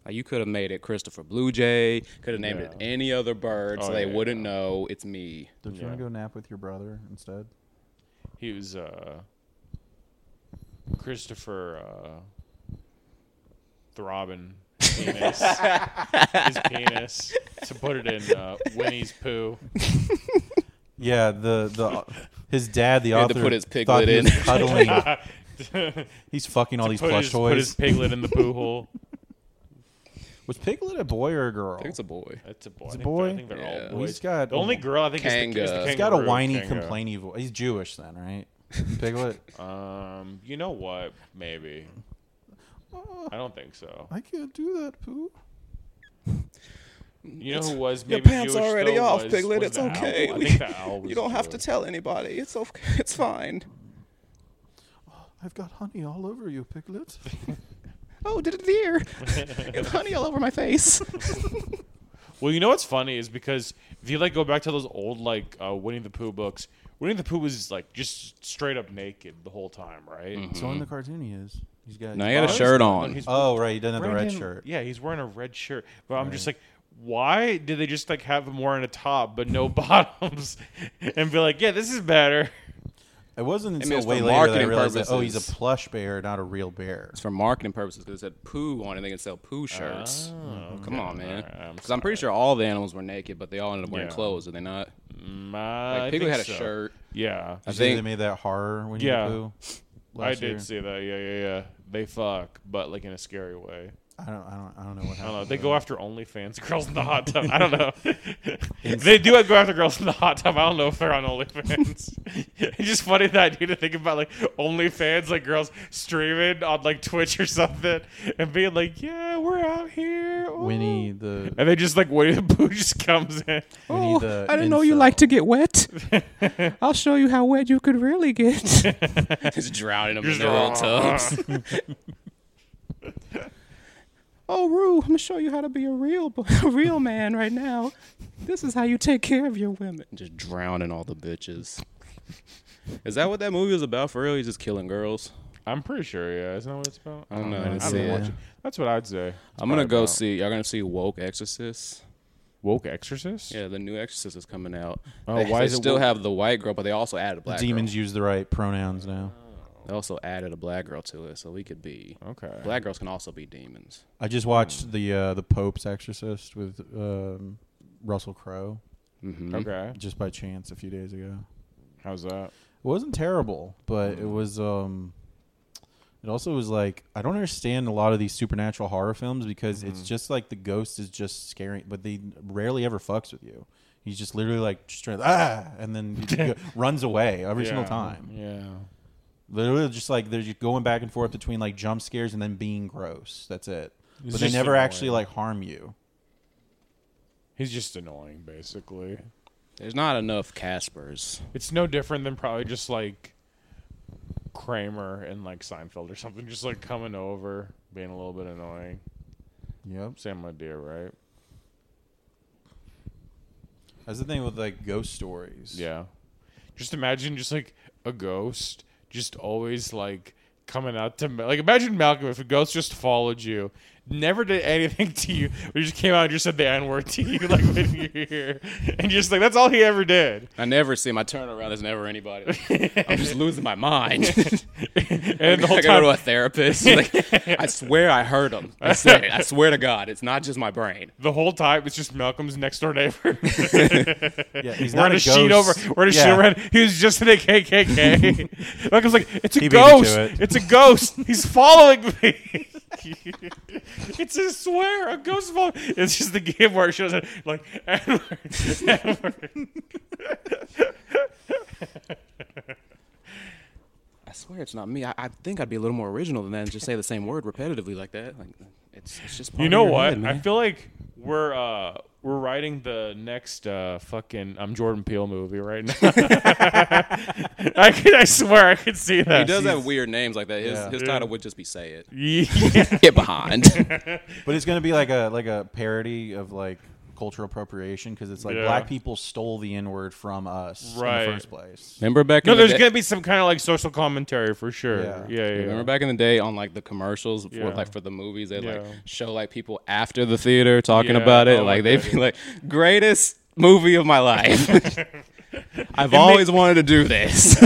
S3: Like, you could have made it Christopher Blue Jay. Could have named it
S2: Yeah.
S3: any other bird,
S2: Oh,
S3: so they
S2: yeah,
S3: wouldn't know it's me.
S1: Don't you want
S2: Yeah.
S1: to go nap with your brother instead?
S2: he was uh, Christopher uh, Throbbing penis. His penis to put it in uh, Winnie's poo.
S1: Yeah, the the his dad, the
S3: had to
S1: author,
S3: put his
S1: thought
S3: piglet
S1: he was
S3: in. [laughs]
S1: cuddling.
S2: [laughs] put,
S1: He's fucking all these plush
S2: his, put
S1: toys.
S2: his piglet in the poo hole.
S1: Was Piglet a boy or a girl?
S3: I think it's a boy.
S2: That's a boy.
S1: a
S2: I think
S1: boy?
S2: they're- I think they're
S3: Yeah.
S2: all boys.
S1: He's got
S2: the
S1: a-
S2: only girl I think is the, is the
S3: Kanga.
S1: He's got a
S2: kangaroo,
S1: whiny,
S2: Kanga.
S1: complaining voice. He's Jewish, then,
S3: [laughs]
S1: right? Piglet.
S2: Um, you know what? Maybe. I don't think so.
S3: Uh,
S1: I can't do that, Pooh.
S2: You know who was
S3: Your
S2: maybe
S3: pants
S2: Jewish,
S3: already
S2: though,
S3: off,
S2: was-
S3: Piglet.
S2: was
S3: It's
S2: the owl.
S3: okay.
S2: I
S3: We-
S2: think the owl was
S3: [laughs] You don't have to
S2: Jewish.
S3: tell anybody. It's
S4: [laughs]
S3: okay. It's fine.
S1: I've got honey all over you, Piglet.
S3: Oh, did it deer? It's honey all over my face.
S2: Well, you know what's funny is because if you like go back to those old like uh, Winnie the Pooh books, Winnie the Pooh was like just straight up naked the whole time, right?
S1: so
S3: [laughs]
S1: in the cartoon, he is. He's got.
S3: No, Mm-hmm. he had a
S2: Oh,
S3: shirt
S2: look,
S3: on.
S2: he's
S1: Oh, right. He doesn't have the red
S2: Brandon-
S1: shirt.
S2: Yeah, he's wearing a red shirt. But I'm just like, why did they just like have him wearing a top but no [laughs] bottoms, and be like, yeah, this is better.
S1: It wasn't
S3: mean,
S1: until
S3: it's
S1: way
S3: for
S1: later that I
S3: marketing
S1: realized that, oh, he's
S3: purposes.
S1: a plush bear, not a real bear.
S3: It's for marketing purposes because it said poo on it. They can sell poo shirts. Come on, man.
S2: Alright,
S3: Because
S2: I'm
S3: I'm, pretty sure all the animals were naked, but they all ended up wearing
S2: Yeah.
S3: clothes, did they not?
S2: Mm,
S3: Like,
S2: I
S3: Piglet
S2: think
S3: had a
S2: so.
S3: shirt.
S2: Yeah,
S3: I
S1: You see
S3: think-
S1: they made that horror when
S2: Yeah.
S1: you poo.
S2: I did see that. Yeah, yeah, yeah. They fuck, but like in a scary way.
S1: I don't. I don't. I don't know what happened.
S2: I don't know. They go after OnlyFans girls in the hot tub. I don't
S1: [laughs]
S2: know. they do go after girls in the hot tub. I don't know if they're on OnlyFans. [laughs] it's just funny the idea to think about like OnlyFans, like girls streaming on like Twitch or something, and being like, "Yeah, we're out here." ooh."
S1: Winnie
S2: [laughs]
S1: the.
S2: And they just like Winnie the Pooh [laughs] just comes in.
S4: [laughs]
S1: Winnie
S4: Oh,
S1: the incel.
S3: get wet.
S4: I'll show you how wet you could really get.
S3: [laughs] Just drowning them in
S2: Just
S3: their little tubs.
S4: oh, Rue, I'm gonna show you how to be a real, [laughs] b- a real man right now. This is how you take care of your women.
S3: just drowning all the bitches. [laughs] Is that what that movie was about for real? He's just killing girls.
S2: I'm pretty sure. Yeah, isn't that what it's about?
S3: I don't know. I
S1: I
S3: didn't
S1: don't
S3: see
S1: know.
S3: it.
S1: Yeah.
S2: That's what I'd say.
S3: I'm gonna
S2: It's
S3: go
S2: about-
S3: see. Y'all gonna see Woke Exorcist?
S2: Woke Exorcist.
S3: Yeah, the new Exorcist is coming out.
S2: Oh,
S3: they,
S2: why
S3: they
S2: is it
S3: still
S2: woke?
S3: have the white girl, but they also added a black
S1: Demons
S3: girl.
S1: use the right pronouns now.
S3: They also added a black girl to it, so we could be
S2: Okay.
S3: black girls can also be demons.
S1: I just watched the uh, the Pope's Exorcist with um, Russell Crowe
S3: Mm-hmm.
S2: Okay.
S1: just by chance a few days ago.
S2: How's that?
S1: It wasn't terrible, but it was. Um, it also was like I don't understand a lot of these supernatural horror films because it's just like the ghost is just scary, but they rarely ever fucks with you. He's just literally like straight ah, and then he just go- runs away every single
S2: Yeah.
S1: time.
S2: Yeah.
S1: Literally, just like they're just going back and forth between like jump scares and then being gross. That's it.
S2: It's
S1: but they
S2: just
S1: never
S2: annoying.
S1: actually like harm you.
S2: He's just annoying, basically.
S3: There's not enough Caspers.
S2: It's no different than probably just like Kramer and like Seinfeld or something, just like coming over, being a little bit annoying.
S1: Yep.
S2: Same idea, right?
S1: That's the thing with like ghost stories.
S2: Yeah. Just imagine just like a ghost just always like coming out to like imagine Malcolm if a ghost just followed you, never did anything [laughs] to you, but just came out and just said the N word to you [laughs] like when you're here. And just like that's all he ever did.
S3: I never see my turnaround. There's never anybody.
S2: [laughs]
S3: I'm just losing my mind. [laughs]
S2: And the whole
S3: I gotta
S2: time
S3: go to a therapist. [laughs] Like, I swear I heard him.
S2: [laughs]
S3: I said it. I swear to God, it's not just my brain.
S2: the whole time it's just Malcolm's next door neighbor. [laughs]
S1: Yeah, he's
S2: We're
S1: not
S2: in
S1: a,
S2: a
S1: ghost.
S2: sheet over. We're in a sheet
S1: Yeah.
S2: over. it. He was just in
S1: [laughs]
S2: a KKK. Malcolm's like, it's a
S1: He beat me to
S2: ghost.
S1: it. [laughs]
S2: It's a ghost. He's following me. it's a swear, a ghost phone. It's just the game where it shows it like [laughs] Edward, Edward.
S3: I swear it's not me. I, I think I'd be a little more original than that and just say the same word repetitively like that. Like it's, it's just part
S2: You
S3: of
S2: know
S3: your
S2: what?
S3: head,
S2: I
S3: man.
S2: feel like we're uh we're writing the next uh fucking I'm Jordan Peele movie right now. [laughs] I could, I swear I could see that.
S3: he
S2: [laughs]
S3: does have weird names like that. His,
S1: Yeah.
S3: his title would just be "Say It."
S2: Yeah. [laughs]
S3: Get behind.
S1: But it's going to be like a like a parody of like cultural appropriation because it's like
S2: Yeah.
S1: black people stole the N word from us
S2: Right.
S1: in the first place.
S3: Remember back in
S2: No,
S3: the
S2: there's
S3: day-
S2: gonna be some kind of like social commentary for sure.
S1: Yeah.
S2: Yeah, yeah. yeah.
S3: Remember back in the day on like the commercials for
S2: Yeah.
S3: like for the movies, they like
S2: Yeah.
S3: show like people after the theater talking
S2: Yeah,
S3: about it.
S2: oh my
S3: like they'd
S2: God,
S3: be like, "Greatest movie of
S2: [laughs]
S3: my life." I've always wanted to do this.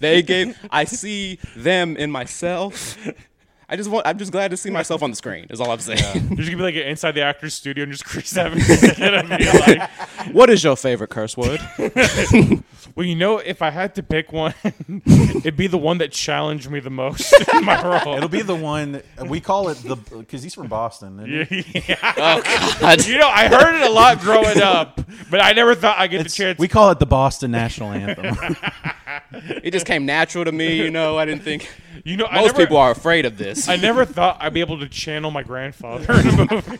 S3: they gave. I see them in myself. I just want. I'm just glad to see myself on the screen. Is all I'm saying.
S2: There's gonna be like an inside the actor's studio and just [laughs] Chris Evans is gonna be like,
S3: [laughs] what is your favorite
S2: [laughs]
S3: curse word?
S2: well, you know, if I had to pick one, [laughs] it'd be the one that challenged me the most [laughs] in my role.
S1: It'll be the one we call it the because he's from Boston. isn't he?
S3: Oh,
S2: you know, I heard it a lot growing up, but I never thought I'd get the chance.
S1: We call it the Boston National
S2: [laughs]
S1: Anthem.
S3: it just came natural to me. You know, I didn't think
S2: you know, I
S3: most
S2: never,
S3: people are afraid of this.
S2: I never thought I'd be able to channel my grandfather in a movie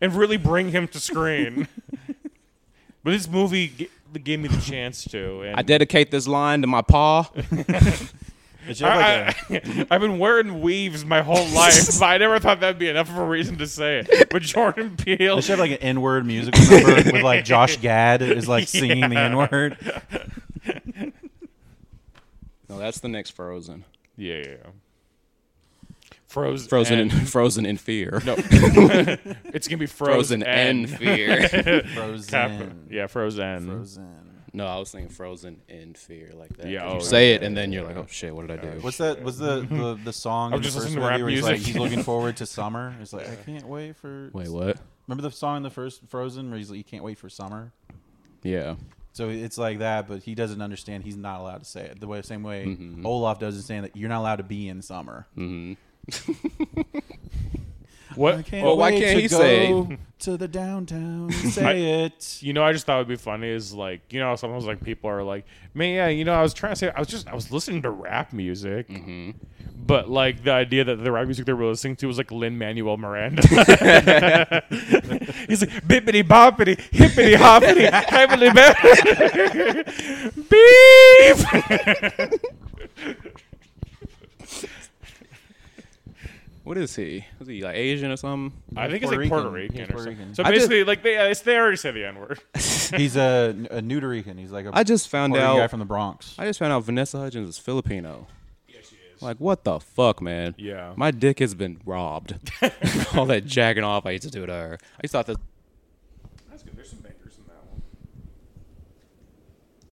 S2: and really bring him to screen. [laughs] But this movie g- gave me the chance to. And
S3: I dedicate this line to my pa.
S1: It should have like a-
S2: [laughs] I, have been wearing weaves my whole life, but I never thought that'd be enough of a reason to say it. But Jordan Peele,
S1: they should have like an N-word musical
S2: [laughs]
S1: number with like Josh Gad is like singing the N-word.
S3: No, that's the next Frozen.
S2: yeah, yeah, yeah. Frozen,
S3: Frozen in [laughs]
S2: and-
S3: Frozen in fear. [laughs]
S2: no, it's gonna be Frozen,
S3: Frozen and fear.
S2: [laughs]
S1: Frozen.
S2: yeah, Frozen.
S1: Frozen.
S3: no, I was thinking Frozen in fear like that.
S2: Yeah,
S3: 'Cause you
S2: oh,
S3: say it and then you're like, oh shit, what did I do?
S1: What's that? Was
S2: [laughs]
S1: the the, the song?
S2: I'm
S1: in the
S2: just
S1: first
S2: listening
S1: movie
S2: to rap
S1: where he's, like,
S2: music.
S1: he's looking forward
S2: [laughs]
S1: to summer. He's like, I can't wait for.
S3: Wait, what?
S1: Remember the song in the first Frozen where he's like, you can't wait for summer.
S3: Yeah.
S1: So it's like that, but he doesn't understand. He's not allowed to say it the way, same way
S3: Mm-hmm.
S1: Olaf doesn't say that you're not allowed to be in summer.
S2: What?
S3: Well, why
S1: wait
S3: can't
S1: to
S3: he say-
S1: go to the downtown? and
S2: [laughs]
S1: Say it.
S2: You know, I just thought it would be funny is like, you know, sometimes like people are like, man, yeah, you know, I was trying to say, I was just, I was listening to rap music. But like the idea that the rap music they were listening to was like Lin Manuel Miranda. He's like, bippity boppity, hippity hoppity, heavenly beep.
S3: What is he? Is he like Asian or something?
S2: I think it's
S1: Puerto
S2: like Puerto
S1: Rican.
S2: Rican.
S1: He's
S2: or
S1: Puerto
S2: something.
S1: Rican.
S2: So
S3: I just-
S2: basically, like they, uh, they already said the N word.
S1: He's a, a New Rican. He's like a
S3: I just found
S1: Puerto Rican guy
S3: out-
S1: from the Bronx.
S3: I just found out Vanessa Hudgens is Filipino.
S2: Yeah, she is.
S3: Like, what the fuck, man?
S2: Yeah. [laughs]
S3: [laughs] My dick has been robbed. All that jacking off I used to do to her. I used to thought that